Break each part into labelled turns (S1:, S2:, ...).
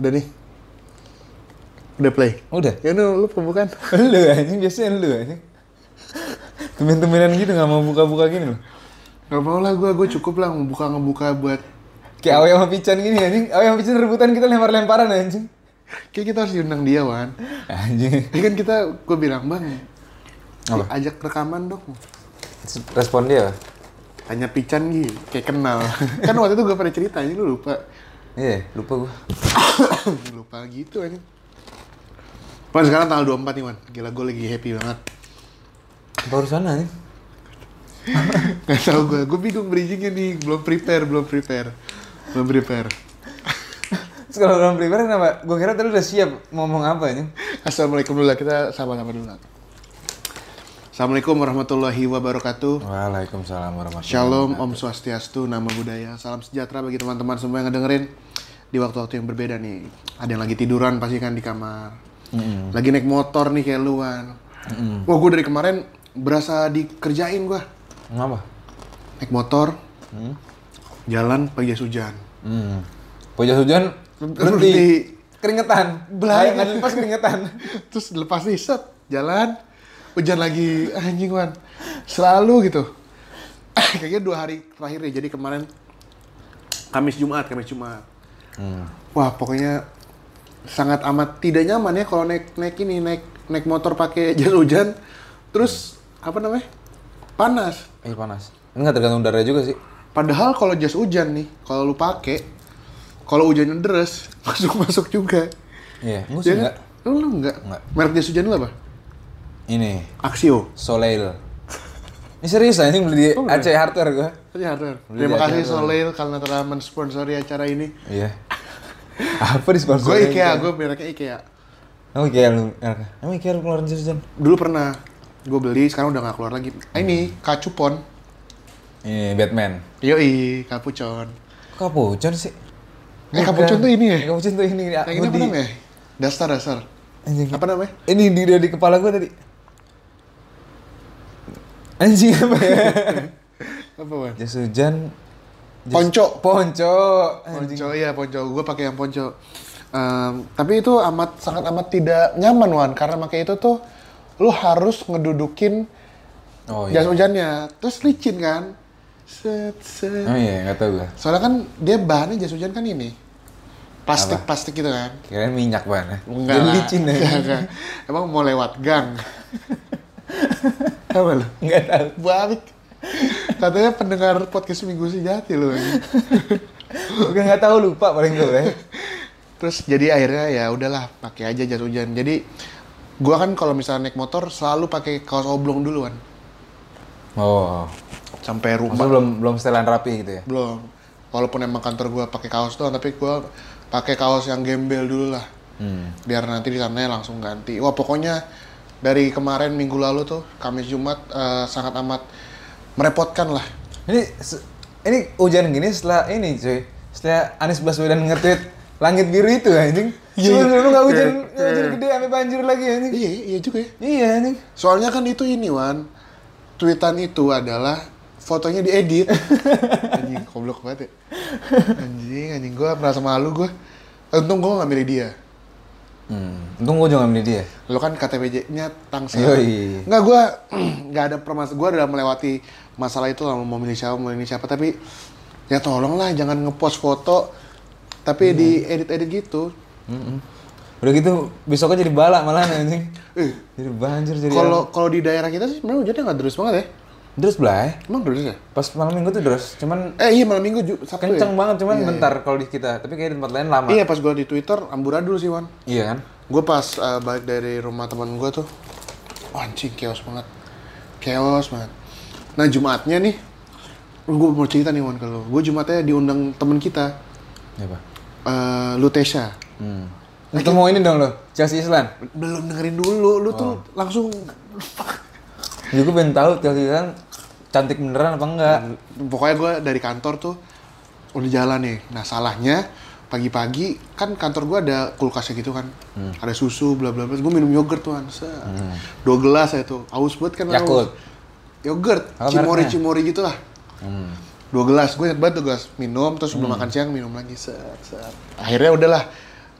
S1: Udah nih. Udah play.
S2: Udah.
S1: Ya udah, lu pembukaan.
S2: Lu anjing biasanya lu anjing. Temen-temenan gitu nggak mau buka-buka gini loh.
S1: Gak mau lah gue, gue cukup lah ngebuka ngebuka buat.
S2: Kayak Awe sama Pican gini anjing. Awe sama Pican rebutan kita lempar-lemparan anjing.
S1: Kayak kita harus diundang dia Wan.
S2: Anjing.
S1: Ini kan kita, gue bilang bang,
S2: Apa?
S1: ajak rekaman dong.
S2: Respon dia.
S1: Tanya Pican gitu, kayak kenal. kan waktu itu gue pernah cerita, ini lu lupa.
S2: Iya, lupa gua.
S1: lupa gitu ini. Wan sekarang tanggal 24 nih Wan. Gila gue lagi happy banget.
S2: Barusan anjing.
S1: Gak tau gue, gue bingung bridgingnya nih. Belum prepare, belum prepare. Belum prepare.
S2: Terus kalau belum prepare kenapa? Gua kira tadi udah siap mau ngomong apa anjing.
S1: Assalamualaikum dulu lah, kita sama-sama dulu lah. Assalamualaikum warahmatullahi wabarakatuh.
S2: Waalaikumsalam warahmatullahi
S1: Shalom, Om Swastiastu, Nama Budaya. Salam sejahtera bagi teman-teman semua yang ngedengerin di waktu-waktu yang berbeda nih. Ada yang lagi tiduran pasti kan di kamar. Lagi naik motor nih kayak luan. Wah, gue dari kemarin berasa dikerjain gua.
S2: Ngapa?
S1: Naik motor, jalan pagi hujan.
S2: Hmm. Pojok hujan
S1: Berhenti.
S2: berhenti. Keringetan. Belah. Ngadil pas keringetan.
S1: Terus lepas nih, set, jalan, hujan lagi, anjing wan. Selalu gitu. Kayaknya dua hari terakhir ya, jadi kemarin Kamis Jumat, Kamis Jumat. Wah, pokoknya sangat amat tidak nyaman ya kalau naik naik ini naik naik motor pakai jas hujan terus apa namanya panas
S2: Eh panas. Enggak tergantung udara juga sih.
S1: padahal kalau jas hujan nih kalau lu pakai kalau hujannya deres masuk masuk juga
S2: Iya, gua sih
S1: ya kan?
S2: enggak.
S1: lu, lu enggak,
S2: Enggak.
S1: merek jas hujan lu apa
S2: Ini
S1: Axio
S2: Soleil. Ini serius anjing beli di AC Hardware gua.
S1: Iya, Rar.
S2: Beli
S1: Terima
S2: di
S1: kasih
S2: Adidas,
S1: Soleil karena telah mensponsori acara ini.
S2: Iya. Apa di sponsor?
S1: Gue IKEA, gue mereknya IKEA.
S2: Emang IKEA lu. Emang IKEA lu keluarin jajan.
S1: Dulu pernah gue beli, sekarang udah gak keluar lagi. Ah, Ini, kacupon.
S2: Ini Batman.
S1: Yoi, kapucon.
S2: Kok kapucon sih?
S1: Eh, kapucon tuh ini ya?
S2: Kapucon Iya. tuh ini.
S1: Yang ini apa namanya? Dasar-dasar.
S2: Anjing.
S1: Apa namanya?
S2: Ini di di- di kepala gua tadi. Anjing apa ya?
S1: Apa, Wan?
S2: Jas hujan. jas-
S1: Ponco.
S2: Ponco. Anjing.
S1: Ponco, iya ponco. Gue pakai yang ponco. Em, tapi itu amat sangat amat tidak nyaman, Wan. Karena pakai itu tuh, lu harus ngedudukin
S2: Oh iya.
S1: jas hujannya. Terus licin kan? Set, set,
S2: Oh iya, enggak tahu gua.
S1: Soalnya kan dia bahannya jas hujan kan ini. Plastik-plastik gitu kan.
S2: Kirain minyak banget.
S1: Enggak
S2: Jadi
S1: lah.
S2: licin ya.
S1: Enggak, enggak. Emang mau lewat gang. Apa lu?
S2: Enggak tahu.
S1: Balik. Katanya pendengar podcast Minggu Sejati lu.
S2: Gue nggak tahu lupa paling gue. Ya.
S1: Terus jadi akhirnya ya udahlah pakai aja jas hujan. Jadi gua kan kalau misalnya naik motor selalu pakai kaos oblong duluan
S2: Oh,
S1: sampai rumah
S2: maksudnya belum belum setelan rapi gitu ya?
S1: belum. Walaupun emang kantor gua pakai kaos doang tapi gua pakai kaos yang gembel dulu lah.
S2: Hmm.
S1: biar nanti di sana langsung ganti. Wah pokoknya dari kemarin minggu lalu tuh Kamis Jumat eh, sangat amat merepotkan lah.
S2: Ini se- ini hujan gini setelah ini cuy, setelah Anies Baswedan nge-tweet langit biru itu anjing. Cuma
S1: Iya, iya.
S2: dulu nggak hujan,
S1: Iya,
S2: nggak hujan gede sampai banjir lagi anjing.
S1: Iya iya juga ya.
S2: Iya anjing.
S1: Soalnya kan itu ini Wan, tweetan itu adalah fotonya diedit. anjing goblok banget ya. Anjing anjing gue merasa malu gue. Untung gue gak milih dia.
S2: Hmm. Untung gue jangan milih dia.
S1: Lo kan KTPJ-nya tangsel.
S2: Yoi.
S1: Enggak gue nggak ada permasalahan. Gue udah melewati masalah itu lah mau milih siapa mau milih siapa tapi ya tolonglah jangan ngepost foto tapi
S2: Iya.
S1: di edit-edit gitu.
S2: Udah gitu besoknya jadi balak malah anjing.
S1: Eh,
S2: Jadi banjir jadi.
S1: kalau kalau di daerah kita sih sebenarnya hujannya nggak deras banget ya.
S2: Terus belah. ya.
S1: Emang deras ya?
S2: Pas malam minggu tuh terus, cuman
S1: Eh iya malam minggu Ju- Sabtu
S2: kenceng
S1: ya.
S2: banget cuman bentar kalau di kita, tapi kayak di tempat lain lama.
S1: Iya pas gue di Twitter amburadul sih Wan.
S2: Iya kan?
S1: Gue pas uh, balik dari rumah teman gue tuh, wah, anjing chaos banget, chaos banget. Nah Jumatnya nih, gue mau cerita nih Wan kalau gue Jumatnya diundang temen kita,
S2: Iya pak.
S1: eh Lutesha.
S2: Hmm. Untuk mau ini dong lo, Chelsea Island.
S1: Belum dengerin dulu, lu tuh langsung
S2: Jadi gue pengen tahu Chelsea Island cantik beneran apa enggak.
S1: pokoknya gue dari kantor tuh udah jalan nih nah salahnya pagi-pagi kan kantor gue ada kulkasnya gitu kan
S2: Hmm.
S1: ada susu bla bla bla gue minum yogurt tuh kan set. dua gelas ya tuh haus banget kan
S2: Yakult.
S1: haus. yogurt
S2: Apa Hmm.
S1: cimori
S2: mereknya?
S1: cimori gitu lah
S2: Hmm.
S1: dua gelas gue inget banget dua gelas minum terus sebelum makan siang minum lagi set, set. akhirnya udahlah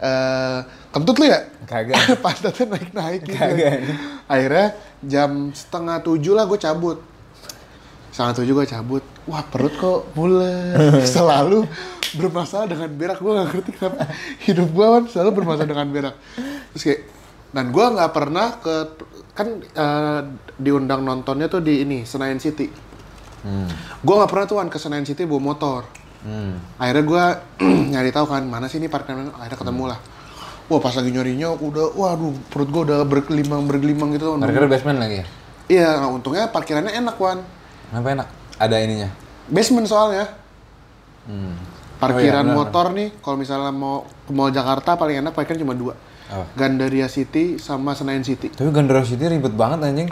S1: eh kentut lu ya?
S2: Kagak.
S1: Pantatnya naik-naik gitu.
S2: Kagak.
S1: Akhirnya jam setengah tujuh lah gue cabut. Setengah tujuh gue cabut. Wah perut kok mules. selalu bermasalah dengan berak. Gue gak ngerti kenapa. Hidup gue kan selalu bermasalah dengan berak. Terus kayak, dan gue gak pernah ke, kan eh, diundang nontonnya tuh di ini, Senayan City. Gue gak pernah tuh Wan, ke Senayan City bawa motor
S2: Hmm.
S1: akhirnya gue nyari tahu kan mana sih ini parkiran akhirnya ketemu
S2: Hmm.
S1: lah wah pas lagi nyarinya udah waduh perut gue udah bergelimang bergelimang gitu Wan.
S2: Parkirnya basement lagi ya?
S1: iya nah, untungnya parkirannya enak wan
S2: Kenapa enak? Ada ininya.
S1: basement soalnya
S2: Hmm.
S1: parkiran
S2: Oh iya, benar,
S1: motor nih kalau misalnya mau ke Mall Jakarta paling enak parkiran cuma dua
S2: Apa?
S1: Gandaria City sama Senayan City
S2: Tapi Gondoro City ribet banget anjing.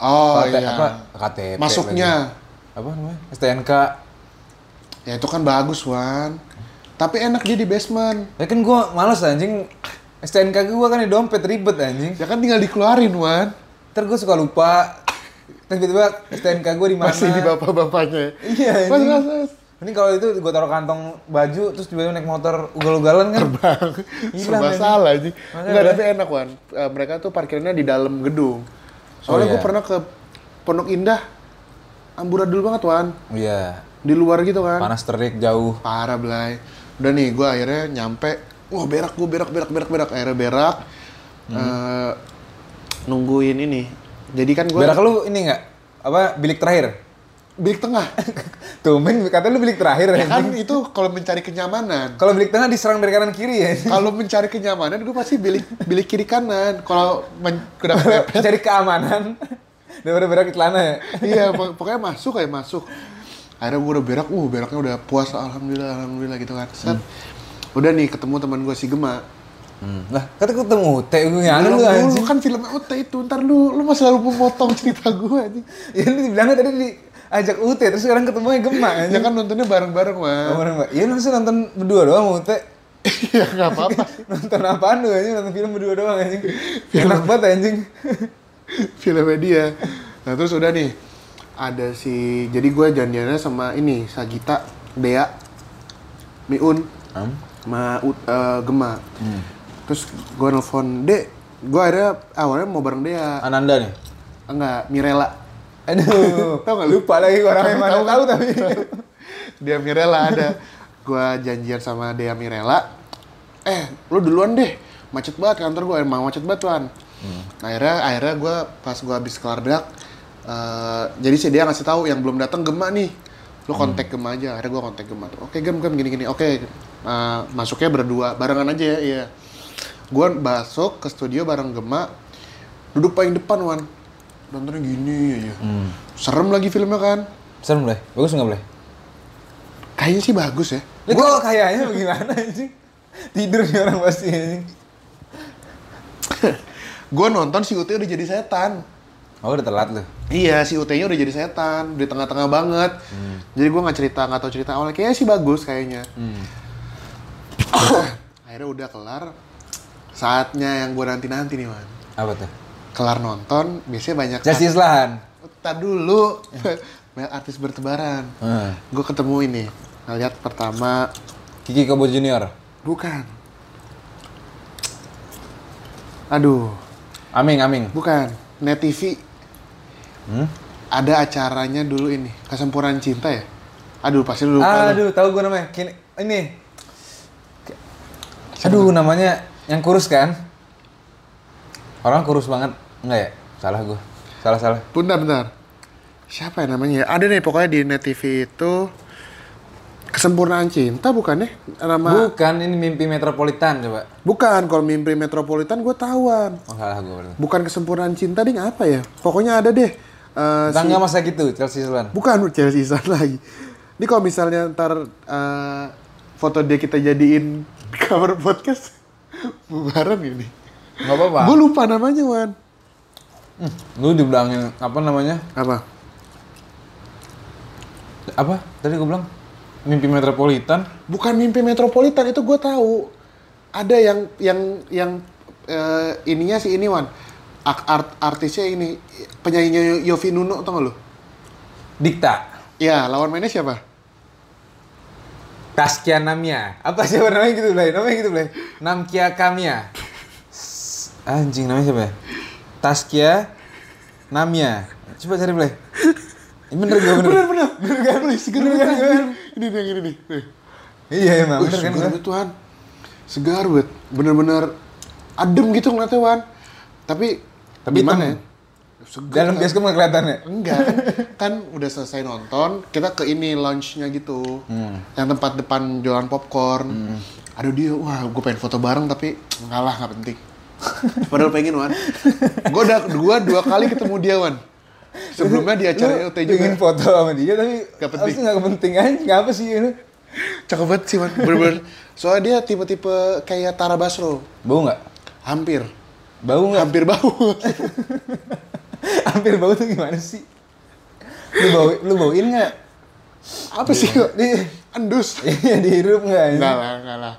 S1: oh
S2: KT
S1: iya
S2: Apa? KTP. lagi.
S1: masuknya
S2: Apa namanya? STNK.
S1: ya itu kan bagus wan tapi enak dia di basement
S2: Ya kan gua males anjing. STNK gua kan di dompet ribet anjing.
S1: ya kan tinggal dikeluarin wan
S2: Ntar gua suka lupa. Ntar Tiba-tiba STNK gua di mana?
S1: masih di bapak-bapaknya
S2: Iya,
S1: Mas,
S2: anjing.
S1: mas, mas.
S2: Ini kalau itu gua taruh kantong baju terus tiba-tiba naik motor ugal-ugalan kan.
S1: terbang
S2: Gila,
S1: serba
S2: men.
S1: salah anjing
S2: Makanya, kan-
S1: nggak
S2: men.
S1: tapi enak wan Eh, mereka tuh parkirnya di dalam gedung soalnya
S2: Oh,
S1: gue
S2: iya.
S1: pernah ke Pondok Indah amburadul banget wan
S2: Iya.
S1: di luar gitu kan
S2: Panas terik jauh.
S1: parah belai udah nih gue akhirnya nyampe wah berak gue berak berak berak berak akhirnya berak
S2: Hmm.
S1: Eh, nungguin ini jadi kan gue
S2: Berak lu ini nggak? Apa bilik terakhir?
S1: bilik tengah
S2: Tumben katanya lu bilik terakhir
S1: ya
S2: anjing.
S1: kan itu kalau mencari kenyamanan
S2: Kalau bilik tengah diserang dari kanan kiri ya.
S1: kalau mencari kenyamanan gue pasti bilik bilik kiri kanan kalau men- udah kepepet
S2: Cari keamanan daripada berak di celana ya.
S1: iya pok- pokoknya masuk kayak masuk akhirnya gue udah berak uh beraknya udah puas alhamdulillah alhamdulillah gitu kan set udah nih ketemu teman gue si Gema
S2: Hmm. Lah, kata gue ketemu T gue yang
S1: Lu-
S2: lu
S1: lu-
S2: anjing.
S1: lu kan filmnya UT itu ntar lu lu masih selalu memotong cerita gue anjing
S2: Ya lu dibilangnya tadi diajak UT terus sekarang ketemunya Gema
S1: ya
S2: anjing.
S1: kan nontonnya bareng bareng mah
S2: Ngomong Mbak, Iya lu sih nonton berdua doang sama UT.
S1: ya nggak apa apa
S2: Nonton apaan lu anjing? Nonton film berdua doang anjing. Enak banget anjing.
S1: filmnya dia nah terus udah nih ada si jadi gue janjiannya sama ini Sagita Dea Miun sama Ut- eh, Gema. Terus gue nelfon, Dek, gue akhirnya awalnya mau bareng dia.
S2: Ananda nih.
S1: Enggak, Mirella.
S2: Aduh,
S1: Tau nggak lu?
S2: lupa lagi orangnya mana
S1: Tau kan?
S2: tahu tapi.
S1: dia Mirella ada. gue janjian sama Dea Mirella. Eh, lu duluan deh. Macet banget kantor gue, emang macet banget tuan. Nah, akhirnya, akhirnya gue pas gue habis kelar berak, eh, jadi si dia ngasih tahu yang belum datang Gema nih. Lu kontak Gema aja, akhirnya gue kontak Gema. Oke Gem, Gem gini-gini, oke. eh, masuknya berdua, barengan aja ya, iya. Gue masuk ke studio bareng Gema, duduk paling depan Wan nontonnya gini aja serem lagi filmnya kan
S2: Serem boleh? Bagus nggak boleh?
S1: kayaknya sih bagus ya
S2: Lu kok kayaknya bagaimana anjing? Tidur nih orang pasti anjing.
S1: gue nonton si Ute udah jadi setan
S2: Oh udah telat lu.
S1: iya si Ute nya udah jadi setan di tengah-tengah banget jadi gue nggak cerita nggak tahu cerita awalnya kayaknya sih bagus kayaknya
S2: Hmm.
S1: akhirnya udah kelar saatnya yang gue nanti nanti nih Wan
S2: Apa tuh?
S1: kelar nonton biasanya banyak
S2: Justice Lahan.
S1: Tar dulu banyak artis bertebaran
S2: Hmm.
S1: gue ketemu ini ngeliat pertama
S2: Kiki Kobo Junior.
S1: Bukan. Aduh,
S2: Aming, Aming.
S1: bukan. Net TV
S2: Hmm?
S1: ada acaranya dulu ini, kesempurnaan cinta ya. Aduh, pasti lu lupa. lu.
S2: Aduh, tahu gue namanya. Kini, ini. Aduh, namanya yang kurus kan? Orang kurus banget. Enggak ya? Salah gue. Salah, salah.
S1: Bentar, bentar. Siapa ya namanya? ya? Ada nih pokoknya di Net TV itu kesempurnaan cinta bukan ya? Nama
S2: Bukan, ini mimpi metropolitan coba.
S1: bukan kalau mimpi metropolitan gue tahuan.
S2: Oh, salah gue berarti.
S1: Bukan kesempurnaan cinta ding apa ya? Pokoknya ada deh. eh, si-
S2: Tangga masa gitu, Chelsea Islan.
S1: Bukan Chelsea Islan lagi. Ini kalau misalnya ntar eh, foto dia kita jadiin cover podcast bubaran ini.
S2: Enggak apa-apa.
S1: Gue lupa namanya Wan.
S2: Hmm, Lu dibilangin apa namanya?
S1: Apa?
S2: Apa? Tadi gue bilang mimpi metropolitan.
S1: Bukan mimpi metropolitan itu gue tahu. Ada yang yang yang eh, ininya si ini Wan. Ak- art- artisnya ini penyanyinya Yo- Yofi Nuno tau gak lu?
S2: Dikta.
S1: Ya lawan mainnya siapa?
S2: Taskia Namia. Apa siapa namanya gitu, Blay? Namanya gitu, Blay. Namkia Kamia. S- Anjing namanya siapa ya? Taskia Namia. Coba cari, Blay. Ini bener gak bener?
S1: Bener bener. Bener kan? Bener, segar
S2: Bener
S1: banget.
S2: kan, bener.
S1: Ini nih, ini nih. Nih.
S2: Iya, emang.
S1: Wih,
S2: Bener kan?
S1: segar
S2: gua?
S1: banget, Tuhan. Segar banget. Bener-bener adem gitu ngeliatnya, Wan. Tapi,
S2: Tapi
S1: gimana
S2: hitam.
S1: ya? Segar.
S2: Dalam
S1: kan?
S2: bioskop nggak kelihatan ya?
S1: Enggak, kan udah selesai nonton, kita ke ini lounge-nya gitu. Yang tempat depan jualan popcorn. Aduh dia, wah gue pengen foto bareng tapi enggak lah, nggak penting. Padahal pengen, Wan. Gue udah dua, dua kali ketemu dia, Wan. Sebelumnya di acara
S2: Lu
S1: LT juga.
S2: Pengen foto sama dia, tapi
S1: Nggak penting.
S2: harusnya nggak penting aja. Nggak apa sih ini?
S1: Cakep banget sih, Wan. Bener-bener. Soalnya dia tipe-tipe kayak Tara Basro.
S2: Bau nggak?
S1: Hampir.
S2: Bau nggak?
S1: Hampir bau.
S2: Hampir bau tuh gimana sih? Lu bau, lu bauin nggak?
S1: Apa sih kok? Ini endus.
S2: Iya dihirup nggak? ini?
S1: Enggak lah, enggak lah.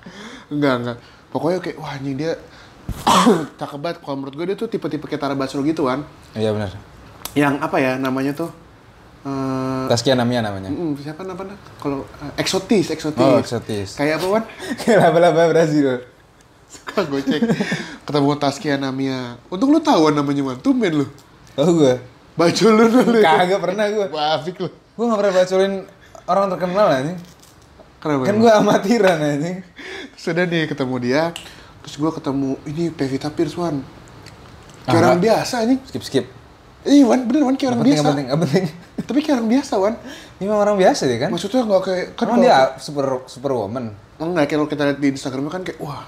S1: Enggak, enggak. Pokoknya kayak, wah anjing dia cakep banget. Kalau menurut gue dia tuh tipe-tipe kayak Tara Basro gitu kan.
S2: Iya benar.
S1: Yang apa ya namanya tuh? Eh,
S2: Taskia Namia namanya.
S1: mm, siapa namanya? Kalau eh, eksotis, eksotis.
S2: Oh, eksotis.
S1: Kayak apa, Wan?
S2: Kayak laba-laba Brazil.
S1: Suka gue cek. Ketemu Taskia Namia. Untung lu tahu Wan, namanya, Wan. Tumben lu.
S2: Tahu gue?
S1: Baju lu dulu.
S2: Oh, Kagak pernah gue.
S1: Wafik lu.
S2: Gue gak pernah baculin orang terkenal anjing.
S1: Kenapa?
S2: Kan gue amatiran anjing.
S1: Sudah nih ketemu dia. Terus gue ketemu, ini Pevita Pierce, Wan. Kayak
S2: Ah,
S1: orang
S2: enggak.
S1: biasa, anjing.
S2: Skip skip.
S1: Ih, Wan, bener, Wan.
S2: Gak
S1: Kayak orang
S2: penting,
S1: biasa.
S2: gak penting, gak penting.
S1: Tapi kayak orang biasa, Wan.
S2: Ini memang orang biasa dia kan.
S1: Maksudnya nggak kayak... Kan
S2: Emang
S1: kalau-
S2: dia super superwoman.
S1: Enggak, kalau kita lihat di Instagramnya kan kayak, wah,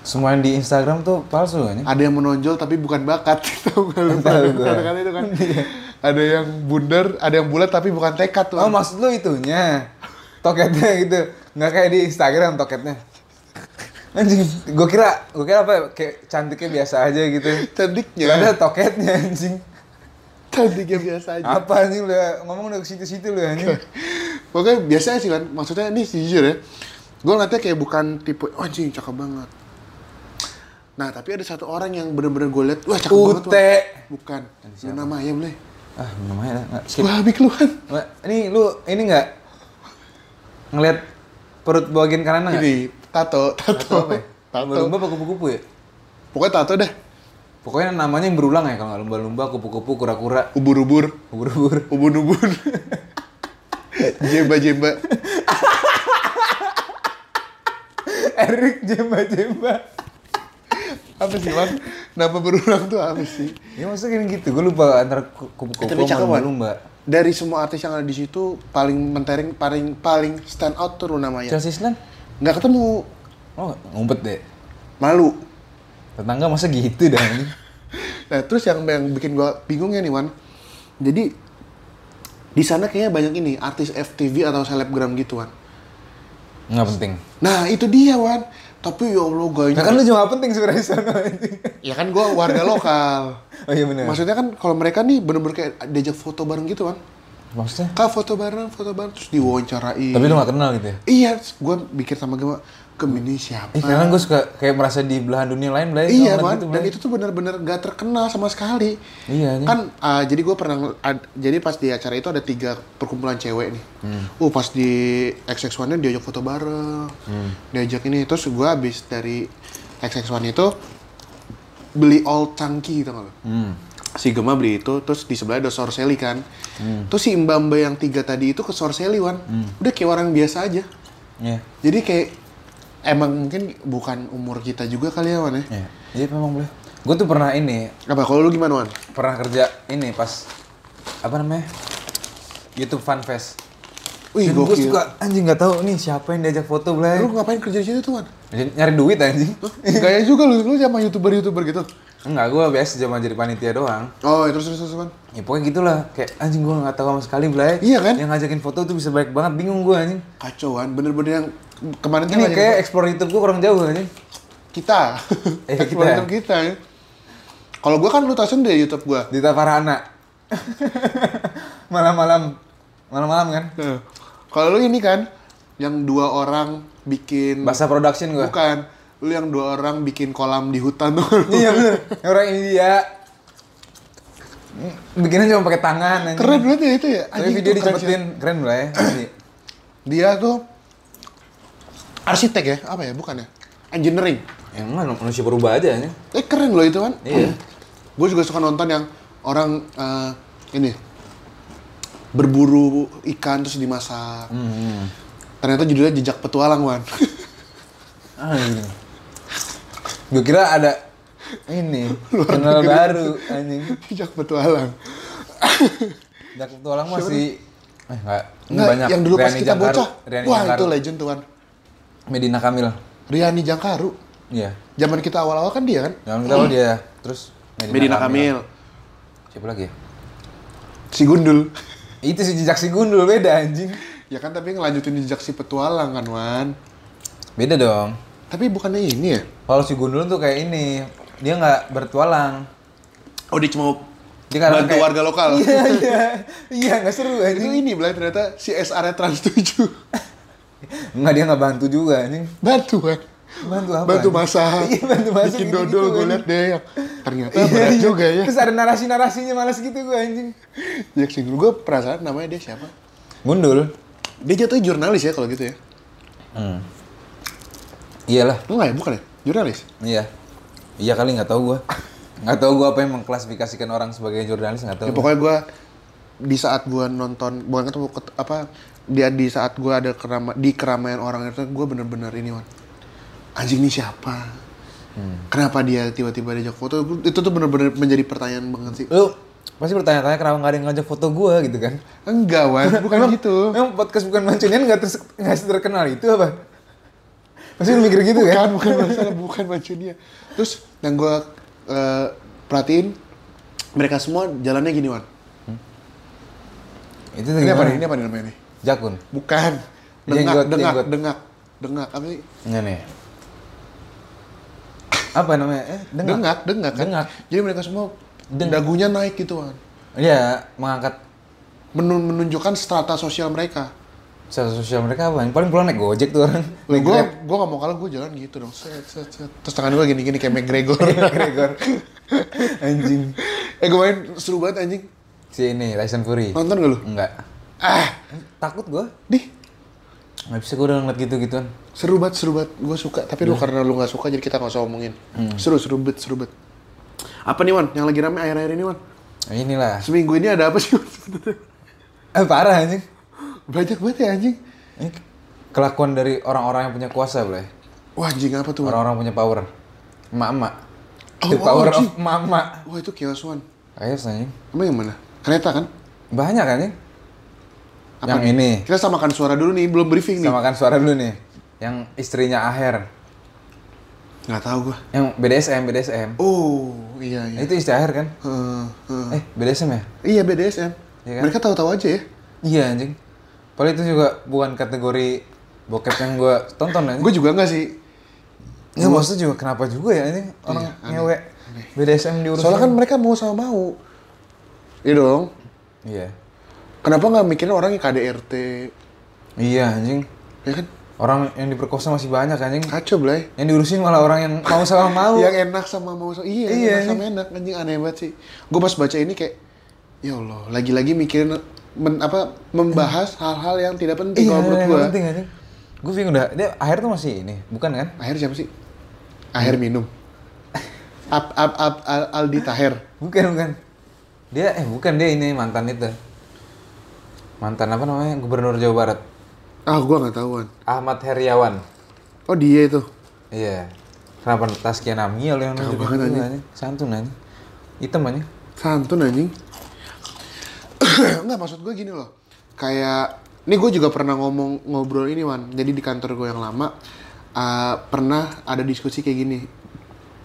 S2: Semua yang di Instagram tuh palsu anjing.
S1: ada yang menonjol tapi bukan bakat. Tahu nggak lu?
S2: Tahu gua.
S1: Kata-kata itu kan.
S2: Iya.
S1: ada yang bundar, ada yang bulat tapi bukan tekad, tuh.
S2: Oh maksud lu itunya. Toketnya gitu. Nggak kayak di Instagram toketnya. Anjing, gue kira, gue kira apa ya, kayak cantiknya biasa aja gitu.
S1: Cantiknya.
S2: Ada toketnya anjing.
S1: Cantiknya biasa aja.
S2: Apa anjing udah ngomong udah ke situ-situ lu anjing.
S1: Pokoknya biasanya sih, kan. Maksudnya ini jujur ya. Gue ngeliatnya kayak bukan tipe, oh anjing, cakep banget. Nah, tapi ada satu orang yang bener-bener gue liat, wah cakep banget,
S2: Ute.
S1: Wan. Bukan. Lu nama ya, boleh.
S2: Ah, minum aja dah. Nggak, skip.
S1: Wah, habis keluhan.
S2: Nggak, Ini lu ini nggak ngelihat perut bagian kanan nggak?
S1: Ini, tato,
S2: Tato
S1: Nah, tato.
S2: apa ya? Lumba-lumba apa kupu-kupu ya?
S1: Pokoknya tato deh.
S2: Pokoknya namanya yang berulang ya kalau nggak lumba-lumba, kupu-kupu, kura-kura,
S1: Ubur-ubur,
S2: ubur-ubur.
S1: ubun-ubun. Jemba-jemba.
S2: Erik jemba-jemba.
S1: Apa sih, Wan? Kenapa berulang tuh apa sih?
S2: Ya maksudnya kayak gitu, gue lupa antara ku- kupu-kupu
S1: Tapi cakep,
S2: sama
S1: Wan.
S2: lumba-lumba.
S1: Dari semua artis yang ada di situ paling mentereng paling paling stand out tuh Luna Maya.
S2: Chelsea Island?
S1: Nggak ketemu.
S2: Oh, ngumpet deh.
S1: Malu.
S2: Tetangga masa gitu dah ini.
S1: Nah, terus yang yang bikin gua bingungnya nih, Wan. Jadi di sana kayaknya banyak ini artis FTV atau selebgram gitu, Wan.
S2: Nggak penting.
S1: Nah, itu dia, Wan. Tapi ya Allah,
S2: Nah,
S1: gayanya.
S2: kan lu juga nggak penting sebenarnya di sana anjing.
S1: Ya kan gua warga lokal.
S2: Oh iya benar.
S1: Maksudnya kan kalau mereka nih bener-bener kayak diajak foto bareng gitu kan.
S2: Maksudnya?
S1: Kak foto bareng, foto bareng terus diwawancarai.
S2: Tapi lu nggak kenal gitu ya?
S1: Iya, gue mikir sama gue, Kem ini siapa?
S2: Ih, kadang gue suka kayak merasa di belahan dunia lain, Blay.
S1: iya,
S2: Nggak pernah
S1: man.
S2: gitu,
S1: dan
S2: Blay.
S1: itu tuh bener-bener gak terkenal sama sekali.
S2: Iya, anjing.
S1: Kan ah, jadi gue pernah ngel- ad- jadi pas di acara itu ada tiga perkumpulan cewek nih.
S2: Hmm.
S1: Uh pas di XX1 nya diajak foto bareng,
S2: Hmm.
S1: diajak ini terus gue habis dari XX1 itu beli all tangki gitu kalau.
S2: Hmm.
S1: Si Gema beli itu, terus di sebelah ada Sorcelli kan.
S2: Hmm.
S1: Terus si Mbak Mbak yang tiga tadi itu ke Sorcelli, Wan. Udah kayak orang biasa aja.
S2: Iya.
S1: Jadi kayak emang mungkin bukan umur kita juga kali ya, Wan ya?
S2: Iya, iya memang boleh. Gue tuh pernah ini,
S1: Apa kalau lu gimana, Wan?
S2: pernah kerja ini pas apa namanya? YouTube Fan Fest.
S1: Wih,
S2: gue
S1: gokil.
S2: suka anjing nggak tahu nih siapa yang diajak foto, Blay.
S1: Lu ngapain kerja di situ tuh, Wan?
S2: Jadi Nyari duit anjing.
S1: Gaya ya juga lu, lu sama YouTuber-YouTuber gitu.
S2: Enggak, gue biasa cuma jadi panitia doang.
S1: Oh, ya terus terus terus, Wan.
S2: Ya pokoknya gitulah, kayak anjing gue nggak tahu sama sekali, Blay.
S1: Iya kan?
S2: Yang ngajakin foto tuh bisa banyak banget, bingung gue anjing.
S1: Kacau, Wan. Bener-bener yang kemarin kan
S2: Ini
S1: aja
S2: kayak explore YouTube gue kurang jauh anjing.
S1: kita.
S2: Eh,
S1: Eh,
S2: kita.
S1: kita. kita ya. Kalau gua kan lu tau sendiri YouTube gua.
S2: Dita Farhana. Malam-malam malam-malam kan?
S1: Nah, Kalau lu ini kan yang dua orang bikin
S2: Bahasa production gue.
S1: bukan lu yang dua orang bikin kolam di hutan tuh.
S2: iya bener. Orang India. Bikinnya cuma pakai tangan. anjing.
S1: Keren banget ya itu ya.
S2: Tapi
S1: Anjing,
S2: video
S1: itu keren sih.
S2: dicepetin. Keren lah ya. Asli.
S1: dia tuh arsitek ya apa ya bukan ya engineering
S2: Emang Ya, manusia berubah aja ya.
S1: eh keren loh itu kan
S2: Iya.
S1: gue juga suka nonton yang orang eh, ini berburu ikan terus dimasak
S2: Hmm.
S1: ternyata judulnya jejak petualang wan
S2: Anjing. Gue Hmm. kira ada ini channel baru anjing.
S1: jejak petualang
S2: Jak tualang masih eh enggak,
S1: Nggak, yang dulu pas kita bocah
S2: Riani
S1: wah
S2: Jangkar,
S1: itu legend tuh Wan
S2: Medina Kamil.
S1: Riani Jangkaru
S2: Iya.
S1: zaman kita awal-awal kan dia kan
S2: Jangan kita tahu dia. Terus Siapa lagi? ya?
S1: si Gundul
S2: Itu si jejak si gundul beda anjing.
S1: ya kan tapi ngelanjutin jejak si petualang kan Wan
S2: Beda dong.
S1: tapi bukannya ini ya
S2: Kalau si gundul tuh kayak ini, dia nggak bertualang.
S1: oh dia cuma
S2: Dia kadang
S1: bantu
S2: kayak-
S1: warga lokal
S2: Iya, iya. Iya, nggak seru
S1: itu
S2: anjing.
S1: ini Blay ternyata si SR Trans 7
S2: Nggak dia nggak bantu juga anjing.
S1: bantuan
S2: Bantu apa?
S1: bantu
S2: anjing?
S1: masak
S2: Iya, bantu masak.
S1: bikin
S2: gitu-gitu,
S1: dodol gue
S2: anjing.
S1: liat deh yang ternyata
S2: Iya,
S1: berat
S2: iya.
S1: juga ya
S2: Terus ada narasi-narasinya malas gitu gue anjing.
S1: jejak si Gundul gue penasaran namanya dia siapa
S2: Gundul.
S1: dia jatuhnya jurnalis ya kalau gitu ya
S2: Hmm. Iyalah,
S1: enggak ya bukan ya jurnalis
S2: iya. Iya kali nggak tahu gua. Nggak tahu gua apa yang mengklasifikasikan orang sebagai jurnalis nggak tahu.
S1: Ya,
S2: gua.
S1: pokoknya gue di saat gue nonton bukan ketemu ket- apa dia di saat gue ada kerama, di keramaian orang itu gue bener-bener ini wan anjing ini siapa
S2: Hmm.
S1: kenapa dia tiba-tiba diajak foto Gua- itu tuh bener-bener menjadi pertanyaan banget sih
S2: Lu pasti bertanya-tanya kenapa nggak ada yang ngajak foto gua gitu kan?
S1: enggak wan bukan gitu
S2: Emang podcast bukan mancunian nggak terus nggak terkenal itu apa? Pasti lu mikir gitu
S1: bukan
S2: kan?
S1: bukan masalah bukan baju dia terus yang gue perhatiin mereka semua jalannya gini wan
S2: Itu
S1: ini
S2: gimana?
S1: apa nih ini apa nih namanya nih
S2: Jakun.
S1: bukan dengak
S2: Iya. Jenggot,
S1: dengak
S2: jenggot.
S1: dengak dengak apa sih
S2: Nggak nih. Apa namanya? Eh, dengar.
S1: dengak dengak kan
S2: Dengak.
S1: jadi mereka semua
S2: Dengak.
S1: dagunya naik gitu kan
S2: Iya, mengangkat
S1: Menun- menunjukkan strata sosial mereka
S2: secara sosial mereka apa? Yang paling pulang naik Gojek tuh orang.
S1: gue
S2: Naik Grab.
S1: gue gak mau kalah gue jalan gitu dong set, set, set. terus tangan gue gini gini kayak McGregor
S2: Iya, Gregor. Anjing.
S1: eh gue main seru banget anjing
S2: Si ini Tyson Fury.
S1: nonton gak lu
S2: Enggak.
S1: ah
S2: Takut gua.
S1: dih
S2: Nggak bisa gua udah ngeliat gitu-gituan.
S1: seru banget seru banget gue suka
S2: Iya.
S1: tapi lu karena lu gak suka jadi kita gak usah omongin
S2: Hmm.
S1: seru seru bet seru bet apa nih Wan yang lagi rame akhir-akhir ini Wan
S2: Nah, inilah.
S1: seminggu ini ada apa sih Wan sebenarnya?
S2: Eh, parah anjing.
S1: banyak banget ya anjing
S2: Ini kelakuan dari orang-orang yang punya kuasa, boleh.
S1: wah anjing apa tuh Wan
S2: Orang-orang punya power. Emak-emak.
S1: Oh,
S2: The power
S1: anjing.
S2: of emak-emak.
S1: wah itu kios Wan
S2: Ayo, anjing.
S1: emang yang mana kereta kan
S2: Banyak anjing.
S1: Apa
S2: yang ini.
S1: Kita samakan suara dulu nih, belum briefing nih.
S2: Samakan suara dulu nih. Yang istrinya Aher.
S1: Nggak tahu gua.
S2: Yang BDSM, BDSM.
S1: Oh, iya iya. Oh.
S2: Itu istri Aher kan?
S1: Heeh, heeh.
S2: Eh, BDSM ya?
S1: Iya BDSM.
S2: Iya kan?
S1: Mereka tahu-tahu aja ya.
S2: Iya anjing. Paling itu juga bukan kategori bokep yang gue tonton anjing.
S1: Gue juga nggak sih.
S2: Ya maksudnya juga kenapa juga ya anjing orang
S1: Iya, aneh,
S2: ngewe BDSM diurus.
S1: Soalnya kan mereka mau sama mau. Iya dong.
S2: Iya.
S1: Kenapa nggak mikirin orang yang KDRT?
S2: Iya anjing.
S1: Ya kan?
S2: Orang yang diperkosa masih banyak anjing.
S1: Kacau belai.
S2: Yang diurusin malah orang yang mau sama mau.
S1: Yang enak sama mau sama. Oh. Iya, yang
S2: Iya,
S1: enak sama enak. Anjing aneh banget sih. Gue pas baca ini kayak, ya Allah, lagi-lagi mikirin men- apa membahas hal-hal yang tidak
S2: Iya,
S1: penting gitu kalau menurut
S2: yang
S1: gue.
S2: penting anjing. Gue bingung dah. Dia akhir tuh masih ini, bukan kan?
S1: Akhir siapa sih? Akhir minum. Ab, ab, ab, Al- Aldi Taher.
S2: Bukan, bukan. Dia eh bukan dia ini mantan itu. Mantan apa namanya? Gubernur Jawa Barat.
S1: Ah, gua nggak tahuan.
S2: Ahmad Heriawan.
S1: Oh dia itu.
S2: Iya. Kenapa Taskia Namia oleh yang
S1: Tahu
S2: nunjukin
S1: banget,
S2: gitu,
S1: anjing.
S2: anjing. Santun anjing. Hitam anjing.
S1: Santun anjing. Enggak maksud gue gini loh. Kayak ini gue juga pernah ngomong ngobrol ini Wan. Jadi di kantor gue yang lama uh, pernah ada diskusi kayak gini.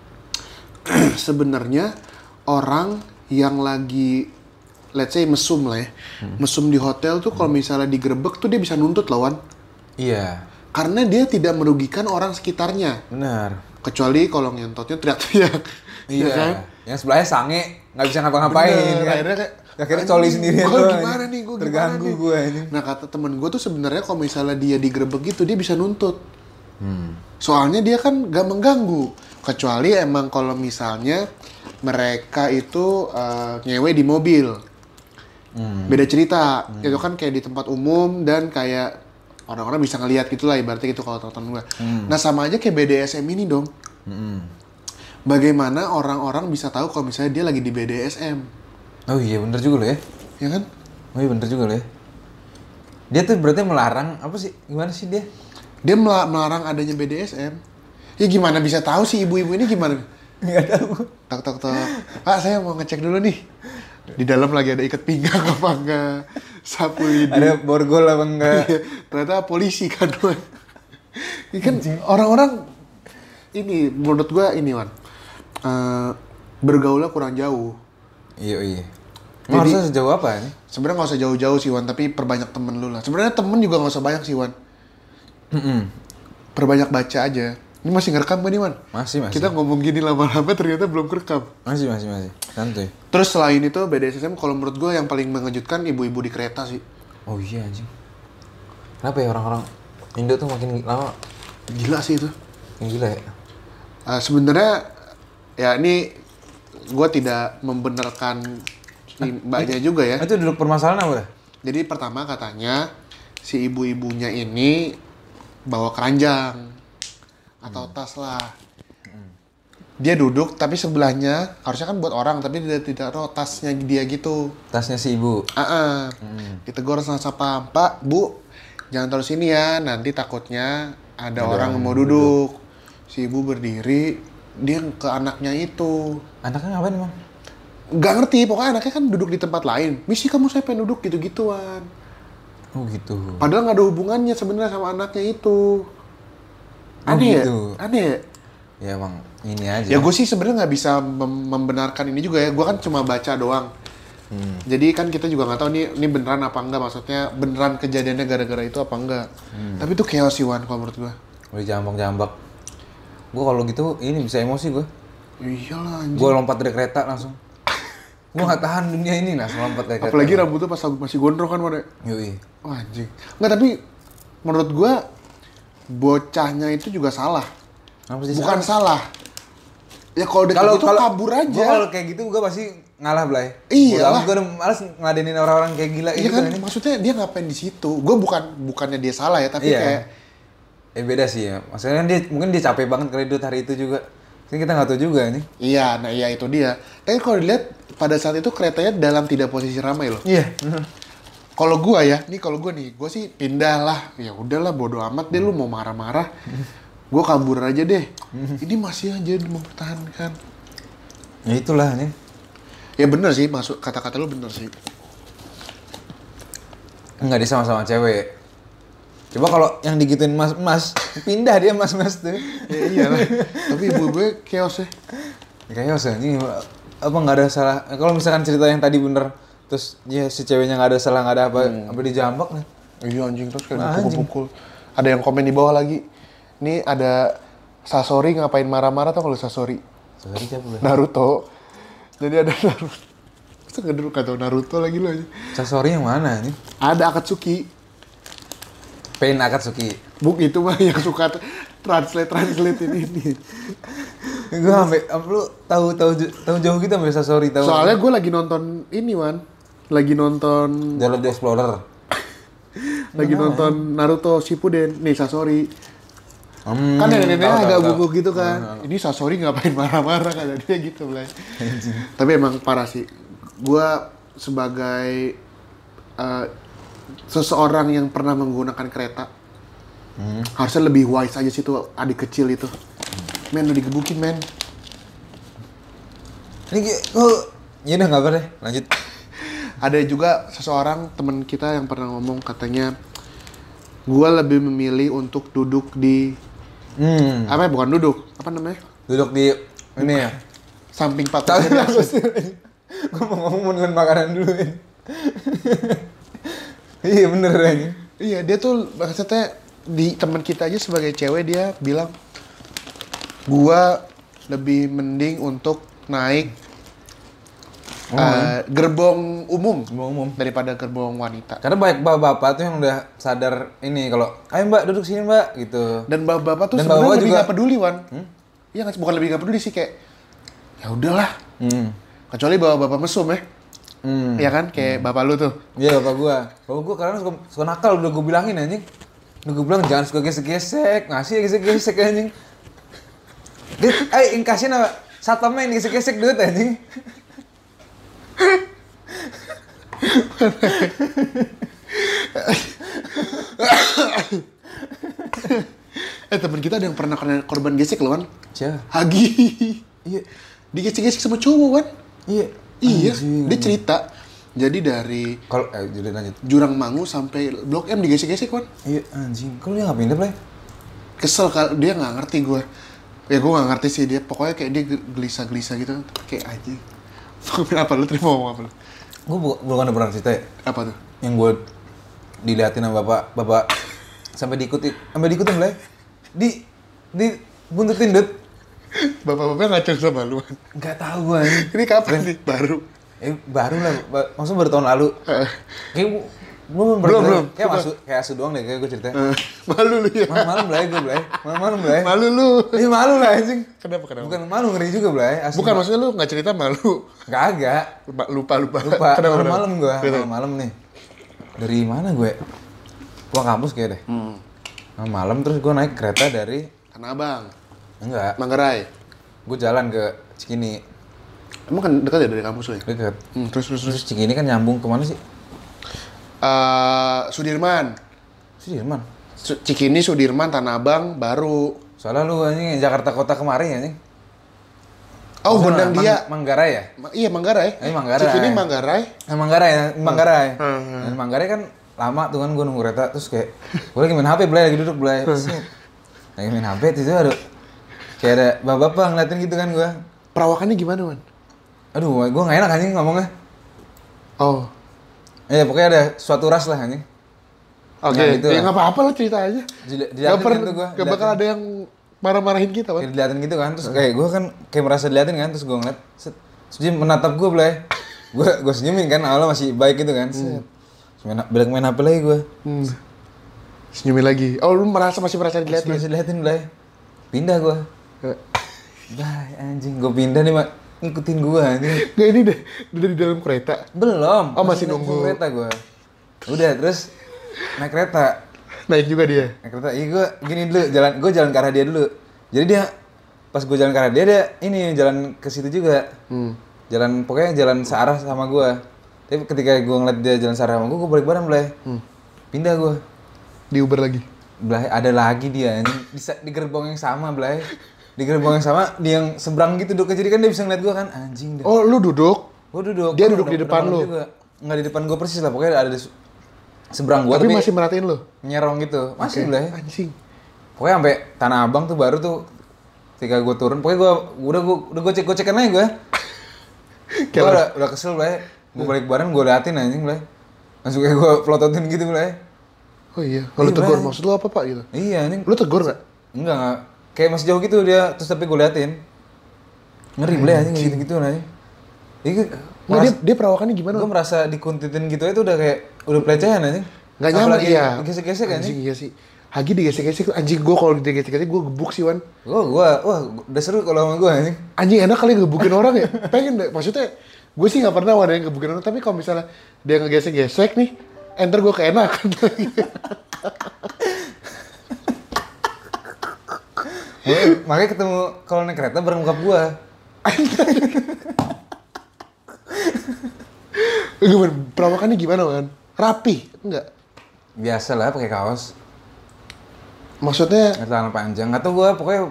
S1: Sebenarnya orang yang lagi let's say mesum lah ya. Mesum di hotel tuh kalau misalnya digerebek tuh dia bisa nuntut lawan
S2: Iya.
S1: karena dia tidak merugikan orang sekitarnya.
S2: Benar.
S1: kecuali kalau ngentotnya teriak-teriak
S2: Iya.
S1: ya kan
S2: Yang sebelahnya sange nggak bisa ngapa-ngapain.
S1: Bener,
S2: kan?
S1: akhirnya kayak
S2: Akhirnya coli sendirian
S1: gue
S2: doang,
S1: gimana
S2: anjing.
S1: nih gue
S2: Terganggu
S1: gimana nih?"
S2: gue, anjing.
S1: nah kata temen gue tuh sebenarnya kalau misalnya dia digerebek gitu dia bisa nuntut soalnya dia kan gak mengganggu kecuali emang kalau misalnya mereka itu eh, nyewe di mobil beda cerita itu kan kayak di tempat umum dan kayak orang-orang bisa ngelihat gitu lah ibaratnya gitu kalau tonton gue nah sama aja kayak BDSM ini dong bagaimana orang-orang bisa tahu kalau misalnya dia lagi di BDSM
S2: Oh iya bener juga lo ya.
S1: ya kan
S2: Oh iya bener juga lo ya. Dia tuh berarti melarang apa sih? Gimana sih dia?
S1: dia mela- melarang adanya BDSM ya gimana bisa tahu sih ibu-ibu ini gimana
S2: Gak tahu.
S1: tok tok tok pak saya mau ngecek dulu nih di dalam lagi ada ikat pinggang apa enggak sapu lidi
S2: Ada borgol apa enggak?
S1: Iya, ternyata polisi kan Wan. Ini kan orang-orang ini menurut gua ini Wan. Eh, bergaulnya kurang jauh.
S2: iya iya. Emang
S1: Jadi-
S2: harusnya sejauh apa ini?
S1: Sebenarnya nggak usah jauh-jauh sih Wan, tapi perbanyak temen lu lah. Sebenarnya temen juga nggak usah banyak sih Wan.
S2: Mm-mm.
S1: Perbanyak baca aja. Ini masih ngerekam kan nih Wan?
S2: Masih masih.
S1: Kita ngomong gini lama-lama ternyata belum kerekam.
S2: Masih masih masih. Santuy.
S1: Terus selain itu BDSM kalau menurut gua yang paling mengejutkan ibu-ibu di kereta sih.
S2: Oh iya anjing. Kenapa ya orang-orang Indo tuh makin lama
S1: Gila sih itu.
S2: makin gila ya?
S1: Eh, sebenarnya ya ini gue tidak membenarkan
S2: Nah,
S1: si mbaknya juga ya.
S2: Eh, Itu duduk permasalahan apa dah?
S1: Jadi pertama katanya si ibu-ibunya ini bawa keranjang atau tas lah. Hmm. Dia duduk tapi sebelahnya harusnya kan buat orang tapi dia tidak tahu tasnya dia gitu.
S2: Tasnya si ibu.
S1: Ah, ditegor sama satpam, Pak, Bu, jangan taruh sini ya. Nanti takutnya ada orang yang mau duduk. Si ibu berdiri, dia ke anaknya itu.
S2: Anaknya ngapain emang?
S1: Gak ngerti, pokoknya anaknya kan duduk di tempat lain. Misi kamu saya pengen duduk gitu-gituan.
S2: Oh gitu.
S1: Padahal nggak ada hubungannya sebenarnya sama anaknya itu.
S2: Oh,
S1: Aneh, ya?
S2: gitu.
S1: aneh. ya?
S2: Ya emang ini aja.
S1: Ya gue sih sebenarnya nggak bisa mem- membenarkan ini juga ya. Gue kan cuma baca doang. Jadi kan kita juga nggak tahu nih ini beneran apa enggak maksudnya beneran kejadiannya gara-gara itu apa enggak. Tapi itu chaos sih Wan kalau menurut gue.
S2: Udah jambak-jambak. Gue kalau gitu ini bisa emosi gue.
S1: Iyalah anjing.
S2: Gue lompat dari kereta langsung. Gue gak tahan dunia ini langsung lompat dari kereta.
S1: Apalagi rambutnya pas masih gondrong kan Wan. ya.
S2: Yoi.
S1: Wah anjing. Enggak tapi menurut gue bocahnya itu juga salah.
S2: Apa sih?
S1: Bukan salah. Ya kalau udah kayak gitu kabur
S2: Gue
S1: aja.
S2: kalau kayak gitu gue pasti ngalah belai.
S1: Iyalah.
S2: Gue udah males ngeladenin orang-orang kayak gila
S1: Iya
S2: gitu
S1: kan?
S2: ini.
S1: Maksudnya dia ngapain di situ? Gue bukan bukannya dia salah ya, tapi
S2: Iya.
S1: kayak
S2: Eh beda sih ya. Maksudnya kan dia mungkin dia capek banget kali dut hari itu juga. Kan kita nggak tahu juga nih.
S1: Iya, nah iya itu dia. Tapi kalau dilihat pada saat itu keretanya dalam tidak posisi ramai loh.
S2: Iya.
S1: Kalau gua ya, nih kalau gua nih, gua sih pindah lah. Ya udahlah bodo amat deh lu mau marah-marah. Gua kabur aja deh. Ini masih aja mempertahankan.
S2: Ya itulah nih.
S1: Ya bener sih, masuk kata-kata lu bener sih.
S2: Enggak dia sama-sama cewek. Coba kalau yang digituin mas-mas, pindah dia mas-mas tuh.
S1: Ya
S2: iya
S1: iyalah. Tapi ibu gue chaos ya.
S2: Kayaknya usah anjing apa nggak ada salah. Nah, Kalau misalkan cerita yang tadi bener, terus ya si ceweknya nggak ada salah nggak ada apa, apa dijambak nah. nih.
S1: Iya anjing terus
S2: Wah,
S1: kayak
S2: anjing.
S1: dipukul-pukul. Ada yang komen di bawah lagi. Nih ada Sasori ngapain marah-marah tau kalau Sasori?
S2: Sorry siapa lu?
S1: Naruto. Jadi ada Naruto. Masa nggak dulu kata Naruto lagi lu aja.
S2: Sasori yang mana nih?
S1: Ada Akatsuki.
S2: Pain Akatsuki.
S1: Buk itu mah yang suka translate translate ini.
S2: Gue sampai apa lu tahu tahu ju- tahu jauh gitu sampai Sasori tahu.
S1: Soalnya gue lagi nonton ini Wan. Lagi nonton
S2: Jalan the Explorer.
S1: lagi nonton Naruto Shippuden. Nih Sasori.
S2: Hmm,
S1: Kan nenek-neneknya
S2: tahu, tahu,
S1: agak
S2: tahu.
S1: gugup gitu kan. Ini Sasori ngapain marah-marah kata dia gitu Blay. Tapi emang parah sih. Gue sebagai eh, seseorang yang pernah menggunakan kereta
S2: Hmm.
S1: harusnya lebih wise aja sih tuh adik kecil itu. Men udah digebukin men.
S2: Ini kayak oh, ya udah nggak apa deh. Lanjut.
S1: Ada juga seseorang teman kita yang pernah ngomong katanya gua lebih memilih untuk duduk di
S2: Hmm.
S1: apa ya, bukan duduk apa namanya
S2: Duduk di ini ya.
S1: samping pak ya?
S2: Tapi
S1: kusir.
S2: aku sih. Gue mau ngomong mendingan makanan dulu. ini. Iya bener anjing.
S1: iya dia tuh maksudnya di teman kita aja sebagai cewek dia bilang gua lebih mending untuk naik eh, gerbong umum
S2: Gerbong umum.
S1: daripada gerbong wanita
S2: Karena banyak bapak-bapak tuh yang udah sadar ini kalau, ayo mbak duduk sini mbak gitu.
S1: dan bapak-bapak tuh
S2: Dan
S1: sebenarnya
S2: bapak
S1: lebih
S2: juga-
S1: nggak peduli wan iya nggak sih? bukan lebih nggak peduli sih kayak ya udahlah
S2: Hmm.
S1: kecuali bapak-bapak mesum ya
S2: Hmm.
S1: Iya kan kayak bapak lu tuh
S2: Iya bapak gua. Bapak gua karena suka, suka nakal udah gua bilangin anjing. Duh, gue bilang jangan suka gesek-gesek. Ngasih ya gesek-gesek anjing. Dia, eh, yang kasih apa? Satpamnya yang gesek-gesek duit anjing.
S1: Eh teman kita ada yang pernah kena korban gesek loh kan?
S2: Siapa?
S1: Hagi.
S2: Iya.
S1: Digesek-gesek sama cowok kan?
S2: Iya.
S1: Iya.
S2: Anjing.
S1: Dia cerita. Jadi dari
S2: Kalau eh jadi lanjut.
S1: Jurang Mangu sampai Blok M digesek-gesek kan?
S2: Iya anjing. Kalau dia nggak pindah play?
S1: Kesel kalau dia nggak ngerti gue. Ya gue nggak ngerti sih dia. Pokoknya kayak dia gelisah-gelisah gitu. Kayak aja. apa lu terima ngomong apa lu?
S2: Gue bu- bukan ada pernah cerita ya.
S1: Apa tuh?
S2: Yang gue diliatin sama bapak bapak sampai diikuti sampai diikutin play. Di di buntutin dud.
S1: Bapak-bapak ngacau sama lu kan?
S2: Nggak tahu gue anjing.
S1: Ini kapan nih? Baru. Eh,
S2: Eh baru lah, ba- maksudnya baru tahun lalu.
S1: Heeh.
S2: Kayak gua- gua belum
S1: Belum,
S2: pernah- ya.
S1: belum.
S2: Kayak
S1: Coba.
S2: masuk kayak asu doang deh kayak gue cerita.
S1: Eh, malu lu ya?
S2: Malam malam belai gue belai, malam malam belai.
S1: Malu lu.
S2: Ini malu lah anjing.
S1: Kenapa kenapa?
S2: Bukan malu ngeri juga belai. Asu
S1: Bukan maksudnya lu nggak cerita malu.
S2: Gak agak.
S1: Lupa lupa. Lupa.
S2: Lupa
S1: Kenapa,
S2: malam
S1: kenapa?
S2: malam gue,
S1: Kenapa?
S2: malam malam nih. Dari mana gue? Gua kampus kayak deh. Nah, malam terus gue naik kereta dari
S1: Tanah Abang,
S2: enggak,
S1: Manggarai.
S2: gue jalan ke Cikini
S1: Emang kan dekat ya dari kampus lu ya?
S2: deket.
S1: Hmm, terus terus terus.
S2: Terus Cikini kan nyambung kemana sih?
S1: Eh, Sudirman,
S2: Sudirman.
S1: Su- Cikini, Sudirman, Tanah Abang, baru.
S2: Soalnya lu anjing Jakarta Kota kemarin ya anjing. Maksudnya
S1: Oh, Gondang
S2: Mang-
S1: dia.
S2: Manggarai ya?
S1: iya Manggarai.
S2: Eh, Manggarai.
S1: Cikini Manggarai.
S2: Nah, Manggarai ya,
S1: Hmm.
S2: Manggarai. Dan Manggarai kan lama tuh kan gue nunggu kereta terus kayak gue lagi main HP belai lagi duduk belai. Set. Lagi main HP itu ada kayak ada bapak-bapak ngeliatin gitu kan gue.
S1: Perawakannya gimana, Wan?
S2: Aduh, gue gak enak anjing ngomongnya.
S1: Oh.
S2: Ya pokoknya ada suatu ras lah anjing.
S1: Oke,
S2: Nah, gitu
S1: ya
S2: lah.
S1: nggak apa-apa lah cerita aja.
S2: Dili-
S1: Gak
S2: Diliatin
S1: per,
S2: kan tuh gue.
S1: gak bakal ada yang marah-marahin kita, Wan.
S2: Diliatin gitu kan terus kayak gue kan kayak merasa diliatin kan terus gue ngeliat. Set. Terus dia menatap gue belai. Gue gue senyumin kan awalnya masih baik gitu kan. Set. Terus main, balik main HP lagi gue.
S1: Hmm. Senyumin lagi. Oh, lu merasa masih merasa
S2: Terus
S1: dilihat. ya?
S2: gue diliatin belai. Pindah gue. Bah, anjing, gue pindah nih, Mak. Ngikutin gue anjing.
S1: Gak ini deh, udah di dalam kereta.
S2: Belum.
S1: Oh, masih
S2: naik
S1: nunggu.
S2: kereta gue. Udah, terus naik kereta.
S1: Naik juga dia.
S2: Naik kereta. Iya, gue gini dulu, jalan gue jalan ke arah dia dulu. Jadi dia pas gue jalan ke arah dia, dia ini jalan ke situ juga.
S1: Hmm.
S2: Jalan pokoknya jalan searah sama gue. Tapi ketika gue ngeliat dia jalan searah sama gue, gue balik bareng mulai.
S1: Hmm.
S2: Pindah gue.
S1: Di Uber lagi.
S2: Belai ada lagi dia anjing. di, sa- di gerbong yang sama, Belai. Di gerbong yang sama, dia yang seberang gitu duduk jadi kan dia bisa ngeliat gue kan anjing dah.
S1: Oh, lu duduk.
S2: Gue duduk.
S1: Dia
S2: gua
S1: duduk di
S2: udah-
S1: depan
S2: udah malam
S1: lu?
S2: juga. Nggak di depan gue persis lah, pokoknya ada di se- seberang gue
S1: tapi,
S2: tapi,
S1: masih merhatiin lu.
S2: nyerong gitu. Masih lah ya.
S1: Anjing.
S2: Pokoknya sampai Tanah Abang tuh baru tuh ketika gue turun, pokoknya gue udah gue udah gue cek cekan aja gue. Gue
S1: Kayak
S2: udah, udah kesel lah. Gue balik bareng gue liatin anjing lah. Langsung kayak gue pelototin gitu lah.
S1: Oh iya, kalau
S2: Iya,
S1: tegur
S2: Bray.
S1: maksud lu apa pak gitu?
S2: Iya anjing.
S1: Lu tegur nggak?
S2: Enggak enggak. Kayak masih jauh gitu dia, terus tapi gue liatin. Ngeri lah anjing gitu gitu anjing. Ini
S1: Nggak, dia, Nah, dia perawakannya gimana?
S2: gue merasa dikuntitin gitu itu udah kayak udah pelecehan aja
S1: Nggak nyaman, iya.
S2: gesek-gesek kan
S1: Anjing iya sih. Hagi digesek-gesek, anjing gue kalau digesek-gesek gue gebuk sih Wan.
S2: gue gue wah udah seru kalau sama gue anjing
S1: Anjing enak kali gebukin orang ya, pengen deh. Maksudnya gue sih nggak pernah Wan yang gebukin orang, tapi kalau misalnya dia ngegesek-gesek nih, enter gue keenakan.
S2: Gua- Iya, makanya ketemu kalau naik kereta bareng bokap gue
S1: gimana? Perawakannya gimana Wan? Rapi? Enggak.
S2: biasa lah pakai kaos
S1: Maksudnya
S2: pakai celana panjang atau gue pokoknya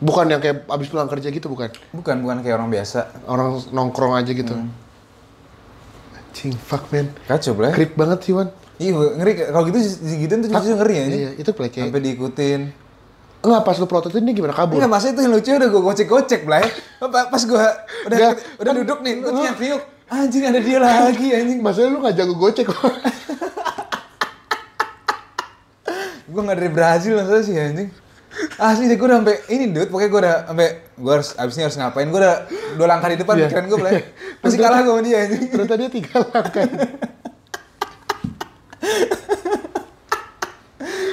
S1: bukan yang kayak abis pulang kerja gitu bukan?
S2: bukan bukan kayak orang biasa
S1: Orang nongkrong aja gitu. Anjing, fuck man.
S2: kacau lah
S1: Creep banget sih Wan.
S2: iya gua- ngeri kalau gitu gituin tuh justru ngeri ya anjing.
S1: Iya, itu pelecehan.
S2: sampai diikutin
S1: Enggak, pas lu prototipe ini gimana kabur?
S2: Enggak, masa itu yang lucu udah gue gocek-gocek lah Pas gue udah
S1: Nggak.
S2: udah duduk nih, gue tiup-tiup Anjing ada dia lagi anjing
S1: Masalahnya lu gak jago gocek kok.
S2: gue nggak dari Brazil maksudnya sih anjing asli deh gue udah sampai ini dude pokoknya gue udah sampai gue harus abis ini harus ngapain gue udah dua langkah di depan
S1: Iya.
S2: pikiran gue belai
S1: Iya.
S2: masih kalah gue sama dia anjing
S1: Ternyata dia tiga langkah.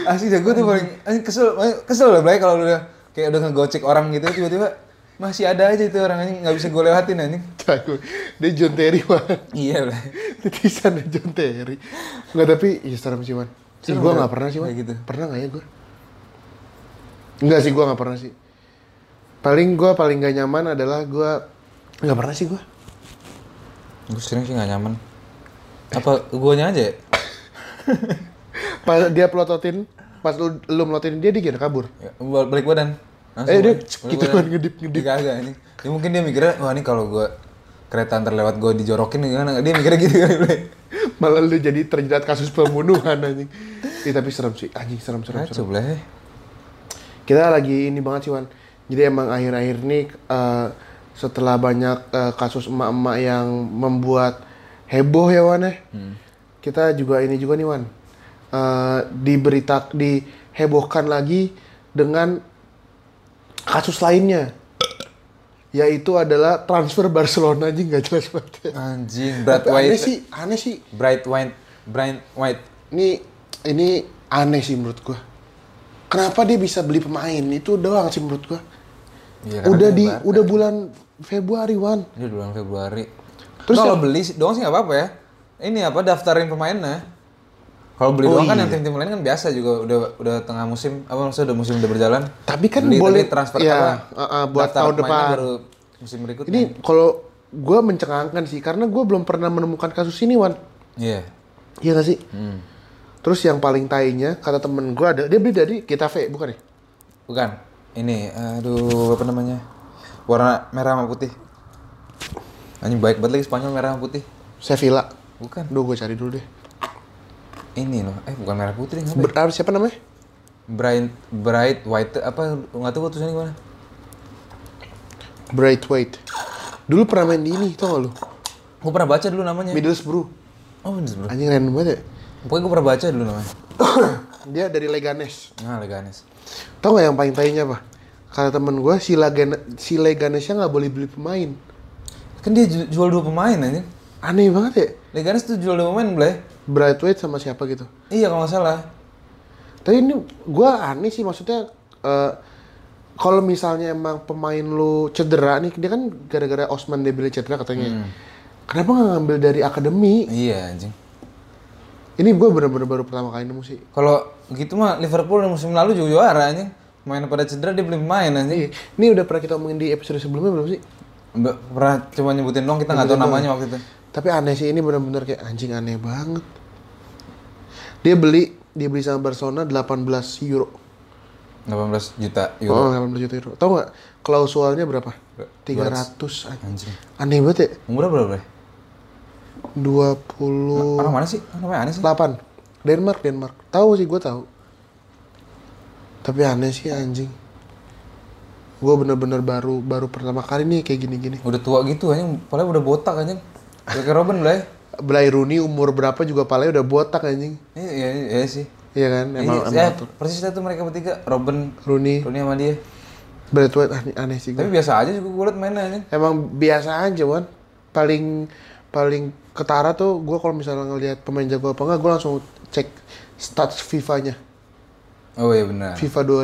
S2: asli deh gue tuh paling anjing kesel kesel lah belai kalau udah kayak udah ngegocek orang gitu tiba-tiba masih ada aja itu orang anjing nggak bisa gue lewatin anjing
S1: Jago. Dia John Terry, Wan.
S2: iya belai
S1: Titisan dia John Terry. Enggak, tapi ya serem sih, Wan. Ih, gue nggak pernah sih, Wan.
S2: Kayak gitu.
S1: Pernah nggak ya gue? Enggak sih, gue nggak pernah sih. Paling gue paling gak nyaman adalah gue nggak pernah sih gue.
S2: Gue sering sih gak nyaman. Apa guanya aja ya?
S1: Pas dia pelototin, pas lu, lu melototin dia, dia gini kabur.
S2: Ya, bal- balik badan.
S1: Eh, dia
S2: balik-
S1: gitu
S2: badan.
S1: kan, ngedip-ngedip.
S2: Iya, kagak, ini. Ya, mungkin dia mikirnya, wah ini kalau gue kereta antar lewat gue dijorokin gimana. Dia mikirnya gitu kan. Blay.
S1: Malah lu jadi terjerat kasus pembunuhan anjing. Ih, tapi serem sih, anjing serem serem serem.
S2: Kacau bleh.
S1: Kita lagi ini banget sih, Wan. Jadi emang akhir-akhir ini eh, setelah banyak eh, kasus emak-emak yang membuat heboh ya, Wan ya. Kita juga ini juga nih, Wan. Eh, diberita dihebohkan lagi dengan kasus lainnya. Yaitu adalah transfer Barcelona anjing nggak jelas banget.
S2: Anjing, bright
S1: Tapi
S2: white.
S1: aneh sih, aneh sih.
S2: Bright white. Bright white.
S1: Ini ini aneh sih menurut gua. Kenapa dia bisa beli pemain? Itu doang sih menurut gua.
S2: Iya, karena
S1: udah
S2: dia
S1: di
S2: Barca.
S1: udah bulan Februari Wan.
S2: Ini udah bulan Februari.
S1: Terus
S2: Terus kalau
S1: yang-
S2: beli sih- doang sih nggak apa-apa ya. Ini apa daftarin pemainnya? Kalau beli
S1: Oh
S2: doang kan yang
S1: iya.
S2: tim-tim lain kan biasa juga udah udah tengah musim apa maksudnya udah musim udah berjalan.
S1: Tapi kan
S2: Beli,
S1: boleh-
S2: tapi transfer
S1: ya,
S2: apa?
S1: uh, uh, buat
S2: daftar
S1: tahun
S2: pemainnya
S1: depan.
S2: Baru Hmm. musim berikutnya.
S1: Ini kalau gua mencengangkan sih karena gua belum pernah menemukan kasus ini Wan.
S2: Iya.
S1: Iya gak sih?
S2: Hmm.
S1: Terus yang paling tainya kata temen gua ada dia beli dari Getafe bukan ya?
S2: Bukan. Ini aduh apa namanya? Warna merah sama putih. Anjing baik banget lagi Spanyol merah sama putih.
S1: Sevilla.
S2: Bukan.
S1: Duh gua cari dulu deh.
S2: Ini loh. Eh bukan merah putih apa?
S1: Ber- ah, siapa namanya?
S2: Bright bright white apa nggak tahu gua tulisannya gimana.
S1: Braithwaite. Dulu pernah main di ini tau gak lu?
S2: Gua pernah baca dulu namanya.
S1: Middlesbrough.
S2: Oh, bener bro.
S1: Anjing random banget ya.
S2: Pokoknya gue pernah baca dulu namanya.
S1: Dia dari Leganes.
S2: Nah, Leganes.
S1: Tau gak yang paling tainya apa? Kata temen gua si, Lagan- si Leganesnya nggak boleh beli pemain.
S2: Kan dia ju- jual dua pemain anjing.
S1: Aneh banget ya.
S2: Leganes tuh jual dua pemain, Bleh.
S1: Braithwaite sama siapa gitu.
S2: Iya, kalau nggak salah.
S1: Tapi ini gua aneh sih maksudnya eh, kalau misalnya emang pemain lu cedera nih, dia kan gara-gara Osman Dembele cedera katanya. Kenapa nggak ngambil dari akademi?
S2: Iya, anjing.
S1: Ini gua bener-bener baru pertama kali nemu sih.
S2: Kalau gitu mah Liverpool yang musim lalu juga juara anjing. Main pada cedera dia beli pemain anjing.
S1: Ini, ini udah pernah kita omongin di episode sebelumnya belum sih?
S2: Mbak, Pernah cuma nyebutin doang kita
S1: Iya,
S2: nggak tahu namanya waktu itu.
S1: Tapi aneh sih ini bener-bener kayak anjing aneh banget. Dia beli dia beli sama Barcelona 18 euro.
S2: 18 juta euro.
S1: Oh, 18 juta euro. Tahu nggak klausulnya berapa? 300 anjing.
S2: Anjing.
S1: Aneh banget ya.
S2: Umurnya berapa, Bleh?
S1: 28.
S2: Orang mana sih? Orang namanya aneh sih.
S1: Denmark, Denmark. Tahu sih gue tahu. Tapi aneh sih anjing. Gue bener-bener baru baru pertama kali nih kayak gini-gini.
S2: Udah tua gitu anjing, padahal udah botak anjing. Udah Kayak Robin, Bleh.
S1: Belai Rooney umur berapa juga palanya udah botak anjing.
S2: Iya, iya, iya sih.
S1: Iya kan? Emang,
S2: Iya,
S1: emang
S2: iya, persis dah tuh mereka bertiga, Robin,
S1: Rooney,
S2: Rooney sama dia.
S1: Braithwaite aneh, aneh sih gue.
S2: Tapi biasa aja juga gue liat mainnya anjing.
S1: emang biasa aja Wan paling paling ketara tuh gue kalau misalnya ngelihat pemain jago apa enggak gue langsung cek stats FIFA-nya
S2: Oh iya benar.
S1: FIFA 2020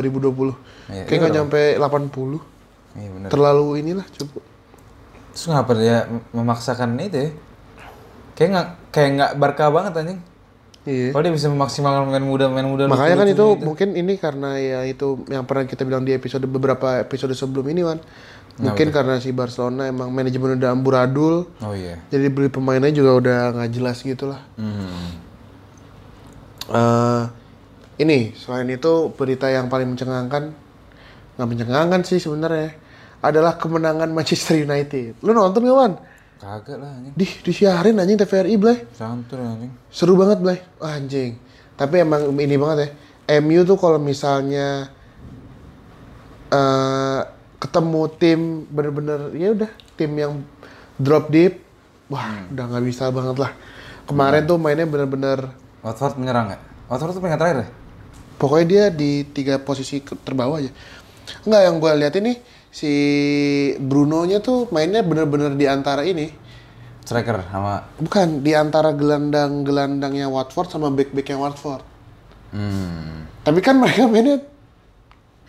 S2: Iya,
S1: kayak nggak nyampe 80
S2: Iya benar.
S1: terlalu inilah cukup
S2: Terus ngapa dia mem- memaksakan itu ya? Kayak nggak kayak nggak Barca banget anjing.
S1: iya
S2: Kalau dia bisa memaksimalkan main muda main muda.
S1: makanya kan itu
S2: lucu-lucunya
S1: mungkin ini karena ya itu yang pernah kita bilang di episode beberapa episode sebelum ini Wan
S2: Nah,
S1: mungkin karena si Barcelona emang manajemen udah amburadul
S2: itu. Oh iya.
S1: jadi beli pemainnya juga udah nggak jelas gitu lah
S2: Hmm.
S1: eh ini selain itu berita yang paling mencengangkan nggak mencengangkan sih sebenarnya adalah kemenangan Manchester United. Lu nonton gak Wan?
S2: Kagak lah anjing.
S1: Di disiarin anjing TVRI Blay.
S2: Santur anjing.
S1: Seru banget Blay. Anjing. Tapi emang ini banget ya. MU tuh kalau misalnya eh ketemu tim bener-bener ya udah tim yang drop deep, wah udah nggak bisa banget lah. Kemarin tuh mainnya bener-bener
S2: Watford menyerang nggak? Watford tuh pengen terakhir ya?
S1: Pokoknya dia di tiga posisi ke- terbawah aja. Enggak yang gue lihat ini si Bruno-nya tuh mainnya bener-bener di antara ini.
S2: Striker sama.
S1: Bukan di antara gelandang-gelandangnya Watford sama back-back yang Watford.
S2: Hmm.
S1: Tapi kan mereka mainnya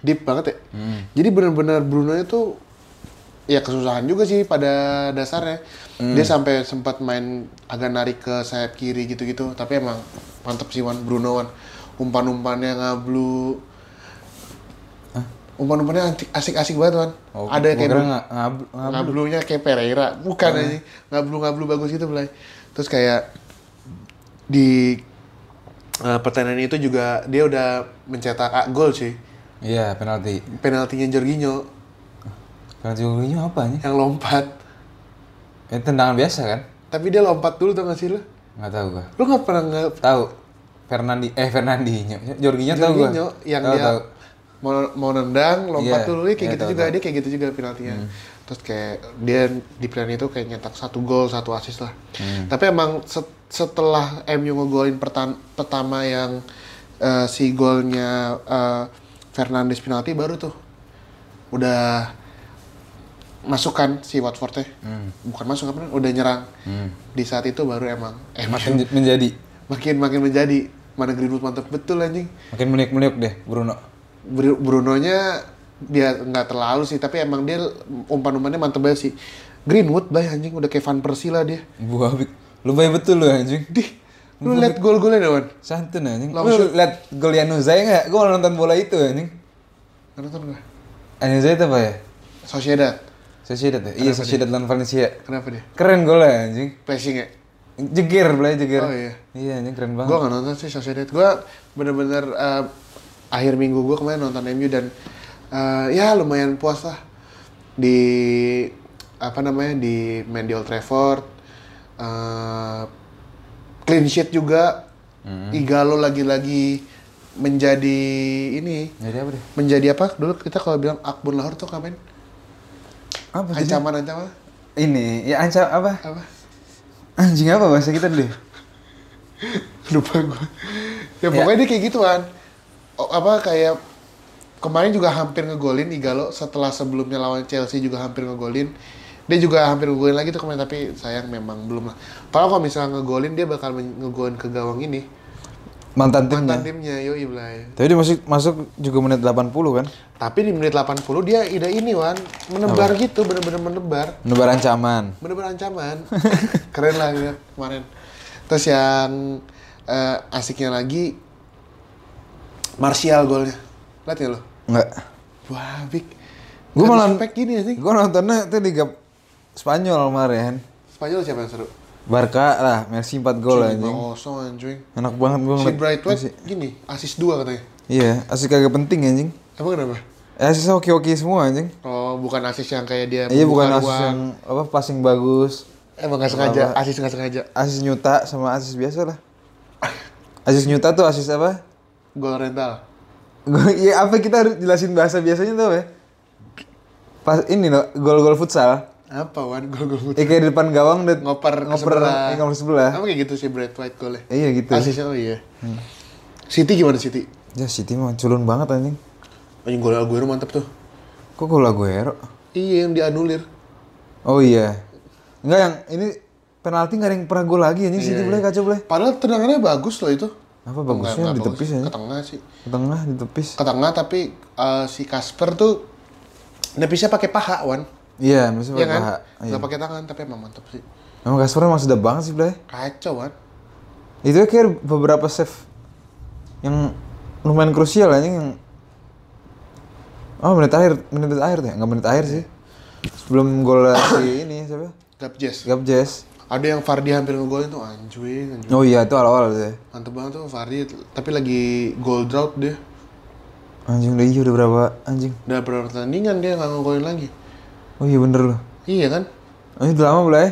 S1: deep banget ya. Jadi bener-bener Bruno itu ya kesusahan juga sih pada dasarnya. Dia sampai sempat main agak narik ke sayap kiri gitu-gitu. Tapi emang mantep sih Wan Bruno Wan. umpan-umpannya ngablu umpan-umpannya antik- asik-asik banget man
S2: Oh,
S1: ada yang kayak
S2: kayak
S1: dulu-
S2: ngablu. ngablu.
S1: ngablunya kayak Pereira bukan aja ngablu-ngablu bagus gitu belai terus kayak di eh, pertandingan itu juga dia udah mencetak ah, gol sih
S2: Iya, penalti.
S1: penaltinya Jorginho
S2: Penalti Jorginho apa nih?
S1: yang lompat
S2: Ini tendangan biasa kan?
S1: tapi dia lompat dulu tau gak sih lu
S2: Nggak tahu gua.
S1: lu nggak pernah nggak
S2: Tahu. Fernandi eh Fernandinho. Jorginho tahu gua.
S1: Jorginho yang
S2: Tahu,
S1: dia
S2: tahu.
S1: mau mau nendang lompat
S2: Iya,
S1: dulu ya kayak
S2: iya,
S1: gitu
S2: tahu,
S1: juga
S2: tahu. Hmm.
S1: dia kayak gitu juga penaltinya terus kayak dia di plan itu kayak nyetak satu gol satu assist lah
S2: Hmm.
S1: tapi emang set- setelah MU ngegolin pertan- pertama yang eh, si golnya eh, Fernandes penalti baru tuh udah masukkan si Watford ya.
S2: Hmm.
S1: bukan masuk apa udah nyerang di saat itu baru emang eh
S2: Makin
S1: makin
S2: j- menjadi
S1: makin makin menjadi mana Greenwood mantep betul anjing
S2: makin meliuk-meliuk deh Bruno.
S1: Bru- Brunonya dia nggak terlalu sih, tapi emang dia umpan-umpannya mantep banget sih. Greenwood lah anjing udah kayak Van Persie lah dia.
S2: Buah Lu baik betul lu anjing.
S1: Dih, lu liat gol-golnya Dewan.
S2: Santun anjing.
S1: Long
S2: Lu
S1: shot.
S2: liat gol Yanuzai nggak? Gua nonton bola itu anjing.
S1: Nonton nggak?
S2: Yanuzai itu apa ya?
S1: Sociedad.
S2: Sociedad ya? Iya, Sociedad lawan Valencia.
S1: Kenapa dia?
S2: Keren golnya anjing.
S1: Passing ya?
S2: Jeger belai jeger.
S1: Oh, iya.
S2: Iya anjing keren banget.
S1: Gue gak nonton sih Sociedad. Gue bener-bener eh, akhir minggu gue kemarin nonton MU dan eh, ya lumayan puas lah di apa namanya di main di Old Trafford. Eh, clean sheet juga. Igalo lagi-lagi menjadi ini
S2: Jadi apa deh?
S1: menjadi apa dulu kita kalau bilang Akbun Lahor tuh kapan
S2: Apa sih?
S1: ancaman ancaman
S2: Ini ya ancam apa?
S1: apa
S2: Anjing apa bahasa kita dulu?
S1: lupa gue ya pokoknya dia kayak gituan O- apa kayak kemarin juga hampir ngegolin Igalo setelah sebelumnya lawan Chelsea juga hampir ngegolin dia juga hampir ngegolin lagi tuh kemarin tapi sayang memang belum lah padahal kalau misalnya ngegolin dia bakal men- ngegolin ke gawang ini
S2: Mantan timnya.
S1: mantan timnya yoi Blay.
S2: Tapi dia masuk masuk juga menit 80 kan?
S1: tapi di menit 80 dia ide ini Wan menebar gitu bener-bener menebar
S2: Menebar ancaman.
S1: bener-bener ancaman keren lah gitu kemarin terus yang eh, asiknya lagi Martial golnya lihat ya lo
S2: Enggak.
S1: wah big
S2: Gua malah-
S1: spek gini ya sih
S2: Gua nontonnya itu Liga Spanyol kemarin.
S1: Spanyol siapa yang seru
S2: Barca lah, Messi 4 gol anjing.
S1: kosong anjing
S2: Enak banget gua
S1: si
S2: ngeliat
S1: Brightwood
S2: Messi.
S1: gini asis dua katanya
S2: Iya, asis kagak penting anjing.
S1: emang kenapa
S2: Eh, asis hoki-hoki semua anjing.
S1: oh bukan asis yang kayak dia
S2: Iya bukan
S1: membuka
S2: asis
S1: ruang.
S2: yang apa passing bagus.
S1: emang nggak sengaja asis nggak sengaja
S2: Asis nyuta sama asis biasa lah. Asis nyuta tuh asis apa?
S1: gol rental
S2: Gua- Iya apa kita harus jelasin bahasa biasanya tuh apa ya? Pas ini loh, gol-gol futsal.
S1: apa wan gol gol
S2: Ya kayak di depan gawang udah
S1: ngoper ke
S2: ngoper
S1: sebelah.
S2: eh, ngoper sebelah.
S1: Emang kayak gitu sih Brightwood golnya
S2: Iya gitu. Hmm.
S1: asisnya oh iya City gimana City
S2: Ya City mah culun banget anjing.
S1: Anjing gol Aguero mantep tuh.
S2: Kok gol Aguero?
S1: Iya yang dianulir.
S2: Oh iya. Enggak yang ini penalti nggak ada yang pernah gol lagi anjing City boleh kacau boleh.
S1: Padahal tendangannya bagus loh itu.
S2: Apa bagusnya
S1: Iya, Enggak, enggak
S2: di ya? tepis
S1: bagus.
S2: anjing?
S1: Ke tengah sih.
S2: Ke tengah di tepis.
S1: Ke tengah tapi eh, si Kasper tuh nepisnya pakai paha, Wan.
S2: Iya, maksudnya
S1: Iya
S2: pakai
S1: kan?
S2: paha. Iya.
S1: Nggak pakai tangan tapi emang mantep sih.
S2: Emang Kasper emang sudah banget sih, Blay.
S1: Kacau, Wan.
S2: Itu ya kayak beberapa save yang lumayan krusial anjing yang Oh, menit akhir, menit akhir deh, enggak menit akhir sih. Sebelum gol si ini siapa?
S1: Gapjes.
S2: Gabjes.
S1: Ada yang Fardi hampir ngegolin tuh anjing, anjing.
S2: Oh iya, itu awal-awal deh.
S1: Mantep banget tuh Fardi, tapi lagi goal drought dia.
S2: Anjing udah iya udah berapa anjing?
S1: Udah berapa pertandingan dia nggak ngegolin lagi.
S2: Oh iya bener loh.
S1: Iya kan?
S2: Ini udah lama Blay.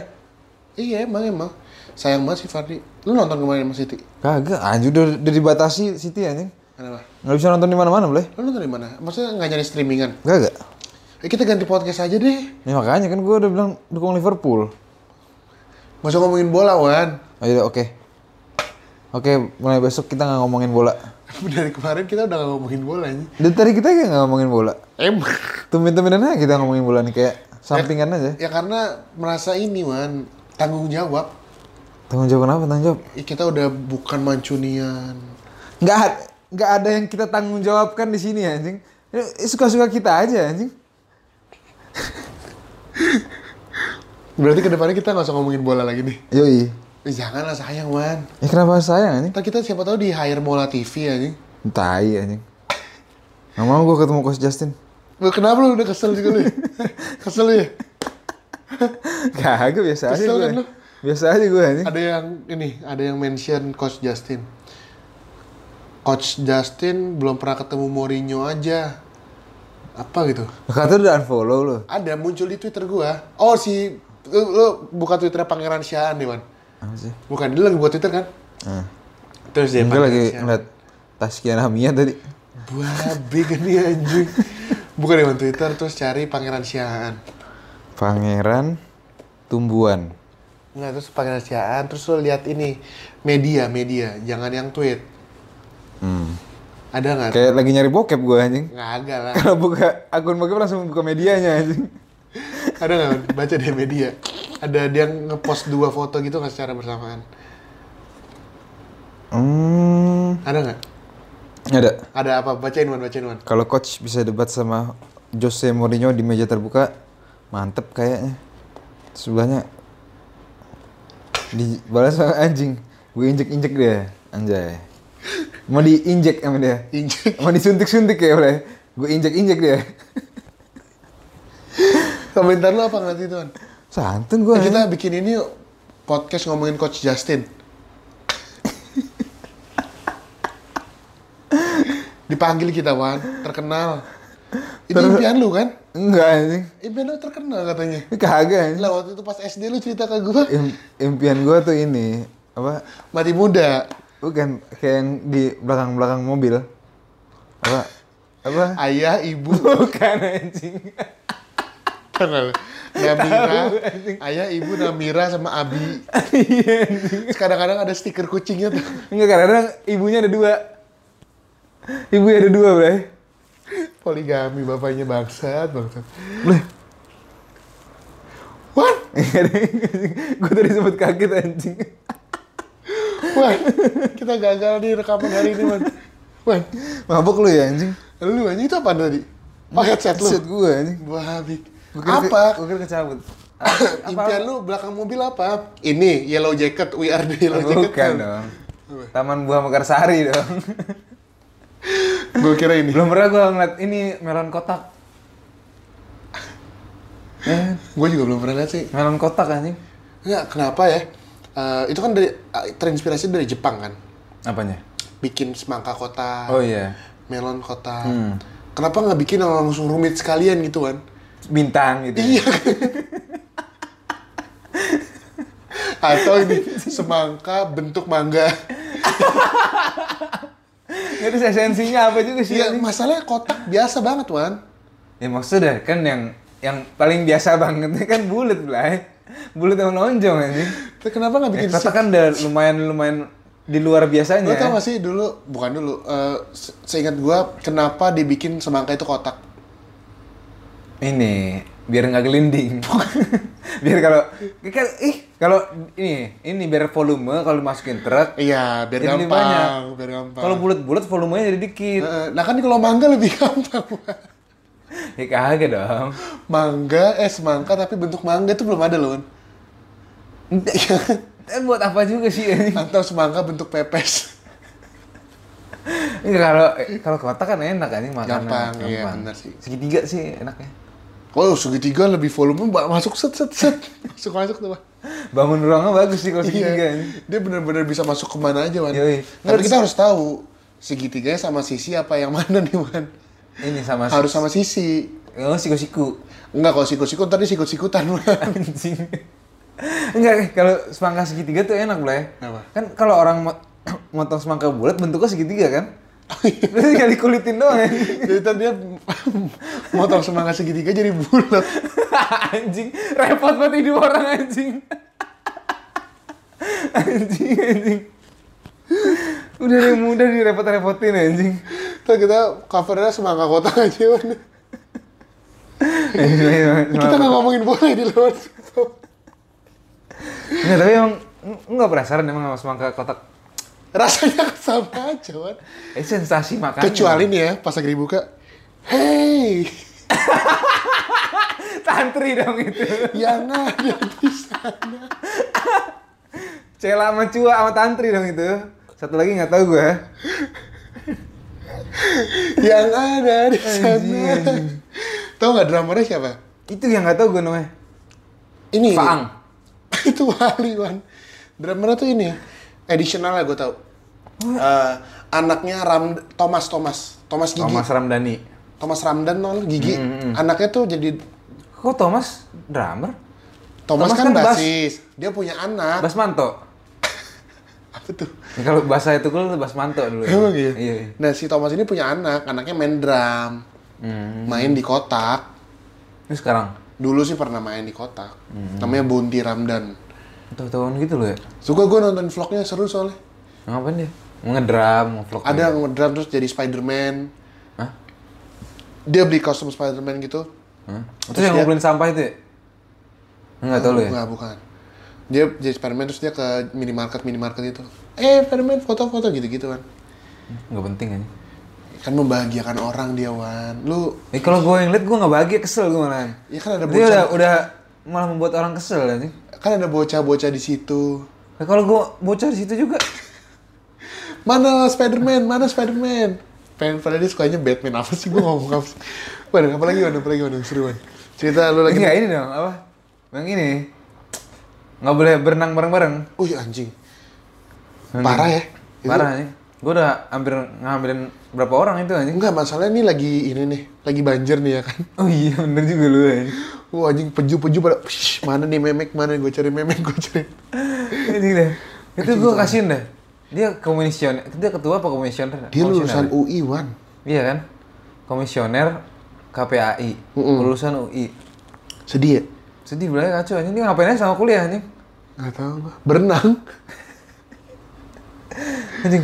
S1: Iya emang emang. Sayang banget sih Fardi. Lu nonton kemarin sama City?
S2: Kagak, anjing udah, udah dibatasi City anjing.
S1: Kenapa?
S2: Nggak bisa nonton di mana-mana, Blay.
S1: Lu nonton di mana? Maksudnya nggak nyari streamingan?
S2: Kagak.
S1: Eh, kita ganti podcast aja deh.
S2: Ya makanya kan gua udah bilang dukung Liverpool.
S1: Gak usah ngomongin bola, Wan.
S2: Oh iya, oke. Oke, mulai besok kita nggak ngomongin bola.
S1: Dari kemarin kita udah gak ngomongin bola ini.
S2: Dari tadi kita kayak nggak ngomongin bola.
S1: Emang.
S2: Tumben-tumbenan aja kita ngomongin bola nih kayak sampingan aja.
S1: Ya karena merasa ini, Wan. Tanggung jawab.
S2: Tanggung jawab kenapa? Tanggung jawab.
S1: Eh, Kita udah bukan mancunian.
S2: Nggak ad- nggak ada yang kita tanggung jawabkan di sini anjing. Ini Suka-suka kita aja anjing.
S1: Berarti kedepannya kita gak usah ngomongin bola lagi nih.
S2: Yoi.
S1: Eh, janganlah sayang, Wan.
S2: Ya kenapa sayang anjing?
S1: Ntar kita siapa tahu di hire Mola TV anjing.
S2: Entah iya anjing. Gak mau gue ketemu Coach Justin.
S1: Lu Eh, kenapa lu udah kesel juga lu? ya? kesel lu ya?
S2: Kagak biasa aja
S1: Kesel
S2: gue.
S1: kan lu?
S2: Biasa aja gue anjing.
S1: Ada yang ini, ada yang mention Coach Justin. Coach Justin belum pernah ketemu Mourinho aja. Apa gitu?
S2: Kata udah unfollow lu.
S1: Ada muncul di Twitter gua. Oh si lu, lu buka Twitter Pangeran Syahan nih, Wan.
S2: Apa sih?
S1: Bukan dia lagi buat Twitter kan?
S2: Hmm.
S1: Terus dia
S2: Gue
S1: Iya, Pangeran
S2: lagi
S1: Syahan.
S2: ngeliat Taskia Namia tadi.
S1: Babi kan dia anjing. Bukan di Twitter terus cari Pangeran Syahan.
S2: Pangeran Tumbuhan.
S1: Nah, terus Pangeran Syahan terus lu lihat ini media, media, jangan yang tweet.
S2: Hmm.
S1: Ada nggak?
S2: Kayak lagi nyari bokep gue anjing.
S1: Nggak ada lah.
S2: Kalau buka akun bokep langsung buka medianya anjing.
S1: Ada nggak? Baca deh media. Ada dia ngepost dua foto gitu nggak secara bersamaan.
S2: Hmm.
S1: Ada nggak?
S2: Ada.
S1: Ada apa? Bacain Wan, bacain Wan.
S2: Kalau coach bisa debat sama Jose Mourinho di meja terbuka, mantep kayaknya. Sebelahnya dibalas sama anjing. Gue injek-injek dia, anjay. Mau diinjek sama dia.
S1: Injek.
S2: Mau disuntik-suntik ya boleh. Gue injek-injek dia.
S1: Komentar lu apa nanti tuan?
S2: Santun gue.
S1: Eh, kita bikin ini yuk. podcast ngomongin Coach Justin. Dipanggil kita Wan, terkenal. Ini impian lu kan?
S2: Enggak anjing.
S1: Impian lu terkenal katanya.
S2: Ini kagak anjing.
S1: Lah waktu itu pas SD lu cerita ke gua
S2: Im- impian gue tuh ini apa
S1: mati muda,
S2: bukan kayak yang di belakang-belakang mobil apa apa
S1: ayah, ibu,
S2: bukan anjing
S1: kenal. Namira, ayah, ibu, Namira sama Abi. Iya, Terus Kadang-kadang ada stiker kucingnya tuh.
S2: Enggak, kadang-kadang ibunya ada dua. Ibunya ada dua, Bray.
S1: Poligami bapaknya bangsat, bangsat. Wan,
S2: gue tadi sempet kaget anjing.
S1: Wan, kita gagal di rekaman hari ini, Wan. Wan,
S2: Mabok lu ya anjing?
S1: lu anjing itu apa tadi? Pakai Oh, headset lu.
S2: Set gue anjing.
S1: Buah Abi.
S2: Gua kira-
S1: Apa?
S2: Gua kira kecabut.
S1: Impian lu belakang mobil apa? Ini Yellow Jacket, We Are the Yellow Jacket.
S2: Bukan dong. Taman Buah Mekarsari dong.
S1: Gue kira ini.
S2: Belum pernah gue ngeliat ini melon kotak. Eh,
S1: Gue juga belum pernah lihat sih.
S2: melon kotak anjing.
S1: Nggak, kenapa ya? Eh, itu kan dari eh, terinspirasi dari Jepang kan.
S2: Apanya?
S1: Bikin semangka kota,
S2: Oh iya. Hmm.
S1: melon kota. Kenapa nggak bikin yang langsung rumit sekalian gitu kan?
S2: Bintang gitu.
S1: Iya. Atau ini semangka bentuk mangga.
S2: Nggak, Terus esensinya apa juga sih?
S1: Iya,
S2: anjing?
S1: masalahnya kotak biasa banget, Wan.
S2: Ya maksudnya kan yang yang paling biasa bangetnya kan bulat lah. Bulat sama lonjong anjing.
S1: Tapi Kenapa nggak
S2: Ya,
S1: bikin
S2: kata kan udah lumayan lumayan di luar biasanya.
S1: Lo tau gak sih dulu, bukan dulu, eh, se- seingat gua kenapa dibikin semangka itu kotak?
S2: Ini biar nggak gelinding. biar kalau kan ih kalau ini ini biar volume kalau dimasukin truk
S1: Iya, biar
S2: jadi lebih banyak.
S1: gampang, biar gampang.
S2: Kalau bulat-bulat volumenya jadi dikit.
S1: Eh, nah kan kalau mangga lebih gampang. Wan.
S2: Ya kagak dong.
S1: mangga, eh semangka tapi bentuk mangga itu belum ada loh. Wan. Iya.
S2: Eh, buat apa juga sih ini?
S1: Atau semangka bentuk pepes.
S2: Ini kalau kalau kotak kan enak kan ini makanan.
S1: Gampang, iya, benar sih.
S2: Segitiga sih enaknya.
S1: Oh segitiga lebih volume ba- masuk set set set masuk masuk tuh. Wan.
S2: Bangun ruangnya bagus sih kalau segitiga ini.
S1: Iya. Dia benar-benar bisa masuk kemana aja, Wan.
S2: Yoi.
S1: Tapi kita harus tahu segitiganya sama sisi apa yang mana nih, Wan.
S2: Ini sama
S1: Harus sama sisi.
S2: Oh, siku-siku.
S1: Enggak kalau sikut-sikut tadi sikut-sikutan. Wan.
S2: Anjing. Enggak, eh, kalau semangka segitiga tuh enak, Blay.
S1: Kenapa?
S2: Kan kalau orang mo- motong semangka bulat bentuknya segitiga kan? Terus tinggal dikulitin doang ya.
S1: jadi tadi dia motong semangka segitiga jadi bulat.
S2: anjing, repot banget hidup orang anjing. anjing, anjing. Udah dari muda direpot-repotin anjing.
S1: Terus kita covernya semangka kotak aja, Wan. Iya, Kita nggak ngomongin bola di luar.
S2: Enggak, tapi emang enggak penasaran emang sama semangka kotak.
S1: Rasanya kan sama aja, Wan.
S2: Eh, sensasi makan.
S1: Kecuali nih ya, pas lagi dibuka. Hey,
S2: santri dong itu.
S1: yang ada di sana.
S2: Cela sama cua sama tantri dong itu. Satu lagi nggak tahu gue.
S1: yang ada di
S2: Anjing,
S1: sana.
S2: anjing.
S1: Tahu nggak dramernya siapa?
S2: Itu yang nggak tahu gue namanya.
S1: Ini.
S2: Faang.
S1: itu Wali Wan. Drummernya tuh ini ya. Additional lah gue tahu. Eh, anaknya Ram Thomas Thomas Thomas Gigi
S2: Thomas Mm-hmm.
S1: Thomas,
S2: Ramdhani.
S1: Ramdan no, Gigi anaknya tuh jadi
S2: Kok Thomas drummer? Thomas
S1: Thomas, kan,
S2: kan bass.
S1: basis dia punya anak
S2: Basmanto.
S1: apa tuh
S2: Ya, kalau bahasa itu gue Basmanto dulu.
S1: Emang iya?
S2: Iya. iya.
S1: Nah si Thomas ini punya anak, anaknya main drum,
S2: Hmm.
S1: main di kotak.
S2: Ini sekarang.
S1: Dulu sih pernah main di kotak,
S2: Hmm.
S1: namanya Bonti Ramdan.
S2: Tahun-tahun gitu loh ya.
S1: Suka gue nonton vlognya seru soalnya.
S2: Ngapain dia? Mau ngedrum, mau vlog.
S1: Ada yang drum terus jadi Spiderman.
S2: Oh, iya. Hah?
S1: Dia beli kostum Spiderman gitu.
S2: Hah? Terus yang ngumpulin sampah itu ya? Enggak tahu lu ya?
S1: Enggak, bukan. Dia jadi Spiderman terus dia ke minimarket minimarket itu. Eh Spiderman foto-foto gitu-gitu kan.
S2: Enggak penting kan?
S1: Kan membahagiakan orang dia Wan. Lu
S2: Eh kalau gue yang liat gue nggak bahagia kesel gue malahan.
S1: ya kan ada
S2: Dia udah
S1: bocah,
S2: udah malah membuat orang kesel kan?
S1: kan ada bocah-bocah di situ.
S2: Nah, kalau gue bocah di situ juga,
S1: Mana Spiderman? Mana Spiderman? Pengen pada dia sukanya Batman apa sih gue ngomong apa sih? Waduh, apa lagi, waduh, apa lagi, waduh, seru Wan. Cerita lu lagi.
S2: ini nggak ini dong apa? Yang ini nggak boleh berenang bareng-bareng.
S1: Uy anjing. Parah ya. Itu-
S2: Parah nih. Gue udah hampir ngambilin berapa orang itu anjing.
S1: Enggak, masalahnya ini lagi ini nih, lagi banjir nih ya kan.
S2: Oh iya bener juga lu anjing.
S1: Wah anjing peju-peju pada, "Psh, mana nih memek, mana gue cari memek, gue cari.
S2: Anjing deh. Itu gue kasihin deh. Dia komisioner, dia ketua apa komisioner?
S1: Dia
S2: Komisioner.
S1: lulusan UI, Wan.
S2: Iya kan? Komisioner KPAI, lulusan UI.
S1: Sedih ya?
S2: Sedih bener kacau anjing. Dia ngapain aja sama kuliah anjing?
S1: Gak tau gue. Berenang?
S2: Anjing.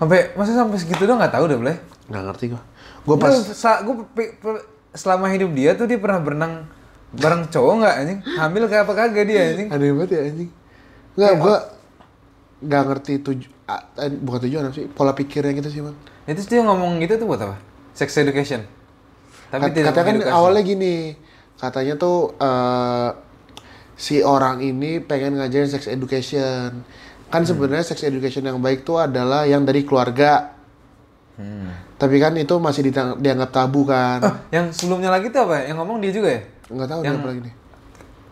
S2: Sampai masa sampai segitu doang nggak tahu deh, Bleh.
S1: Gak ngerti gue. Gue
S2: Pas
S1: pas,
S2: gue selama hidup dia tuh dia pernah berenang bareng cowok nggak anjing? Hamil kayak apa kagak dia anjing?
S1: aneh banget ya anjing. Enggak, gue gak ngerti tuju, ah, eh, bukan tujuan apa sih, pola pikirnya gitu sih, Wan.
S2: Ya, terus dia ngomong gitu tuh buat apa? Sex education. Tapi
S1: Kat-
S2: tidak
S1: katanya kan
S2: mengedukasi.
S1: awalnya gini katanya tuh eh, si orang ini pengen ngajarin sex education
S2: Hmm.
S1: kan sebenarnya sex education yang baik tuh adalah yang dari keluarga
S2: Hmm.
S1: tapi kan itu masih ditang- dianggap
S2: Oh,
S1: tabu kan
S2: yang sebelumnya lagi tuh apa? ya? Yang ngomong dia juga ya?
S1: nggak tahu
S2: Yang-
S1: yang... apa lagi nih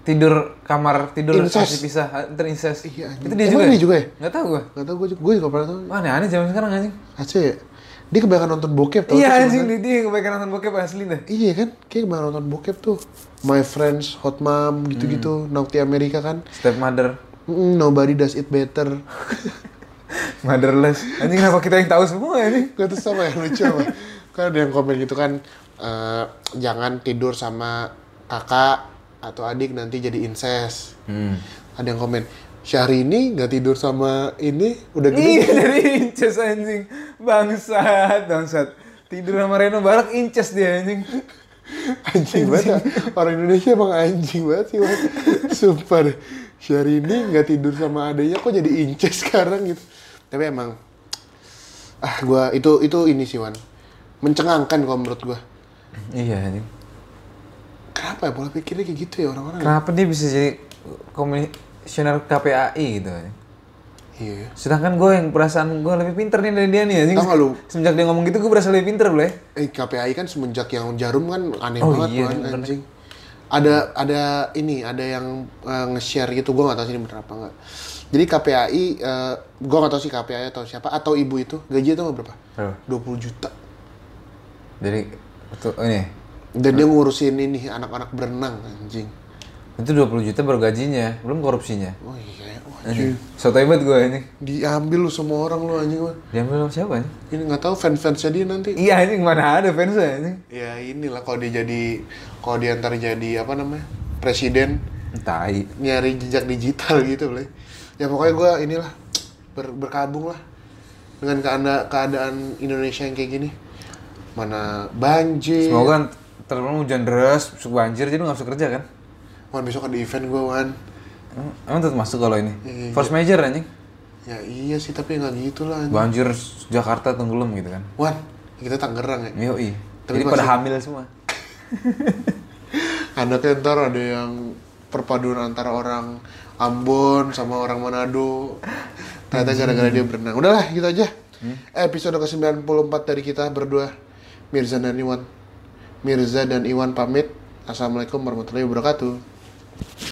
S2: Tidur kamar tidur
S1: Incest.
S2: kasih pisah, terinses.
S1: Iya, anjing.
S2: itu dia
S1: Emang
S2: juga.
S1: dia juga ya?
S2: Nggak tahu gua.
S1: nggak tahu gue juga, gue juga pernah tahu
S2: Wah, aneh-aneh zaman sekarang anjing.
S1: Aceh ya? dia kebanyakan nonton bokep tau
S2: Iya
S1: tuh,
S2: anjing
S1: cuman-
S2: dia dia yang kebanyakan nonton bokep asli deh.
S1: iya kan kayak kebanyakan nonton bokep tuh my friends hot mom gitu-gitu naughty Amerika kan
S2: Step mother,
S1: Mm, nobody does it better
S2: motherless. Anjing kenapa kita yang tahu semua ini?
S1: Gak tuh sama yang lucu apa? Kan ada yang komen gitu kan, eh, jangan tidur sama kakak atau adik nanti jadi incest. Ada yang komen, Syahrini nggak tidur sama ini udah gede.
S2: Iya dari inces anjing. Bangsat, bangsat. Tidur sama Reno Barak inces dia anjing.
S1: anjing banget. ya. Orang Indonesia emang anjing banget sih. Wan. Sumpah deh. Syahrini nggak tidur sama adanya kok jadi incest sekarang gitu. Tapi emang ah gua itu itu ini sih Wan. Mencengangkan kalau menurut gua.
S2: Iya anjing.
S1: Kenapa ya pola pikirnya kayak gitu ya orang-orang? ya?
S2: Kenapa dia bisa jadi komisioner KPAI gitu anjing?
S1: Iya. ya.
S2: Sedangkan gue yang perasaan gue lebih pinter nih dari dia nih anjing.
S1: Tau nggak lu?
S2: Semenjak dia ngomong gitu gue berasa lebih pinter boleh.
S1: Eh KPAI kan semenjak yang jarum kan aneh
S2: Oh
S1: banget
S2: iya,
S1: kan,
S2: ini bener.
S1: anjing. Ada ada ini ada yang eh, nge-share gitu gua nggak tahu sih ini bener apa nggak. Jadi KPAI eh, gua nggak tahu sih KPAI atau siapa atau ibu itu gajinya tuh berapa?
S2: Berapa?
S1: 20 juta.
S2: Jadi itu oh ini
S1: Dan dia ngurusin ini anak-anak berenang anjing.
S2: itu 20 juta baru gajinya, belum korupsinya.
S1: Oh iya, wah, anjing.
S2: So hebat gue anjing.
S1: Diambil lu semua orang lu anjing. Wan.
S2: Diambil sama siapa anjing?
S1: Ini nggak tahu fans-fansnya dia nanti.
S2: Iya anjing mana ada fans anjing.
S1: Ya inilah kalau dia jadi kalau dia ntar jadi apa namanya? presiden
S2: Tai.
S1: nyari jejak digital gitu boleh ya pokoknya gue inilah ber- berkabung lah dengan keadaan keadaan Indonesia yang kayak gini mana banjir
S2: Semoga kan terlalu hujan deras, suka banjir jadi lu nggak bisa kerja kan?
S1: Wan besok ada event gue Wan
S2: Emang- Emang tetap masuk kalau ini. Force major anjing.
S1: ya iya sih tapi nggak gitu lah
S2: Banjir Jakarta tenggelam gitu kan.
S1: Wan kita Tangerang ya
S2: Yoi. Jadi
S1: Tapi
S2: pada hamil semua.
S1: anaknya ntar ada yang perpaduan antara orang Ambon sama orang Manado. Ternyata gara-gara dia berenang. Udahlah, gitu aja. Episode ke-94 dari kita berdua. Mirza dan Iwan. Mirza dan Iwan pamit. Assalamualaikum warahmatullahi wabarakatuh.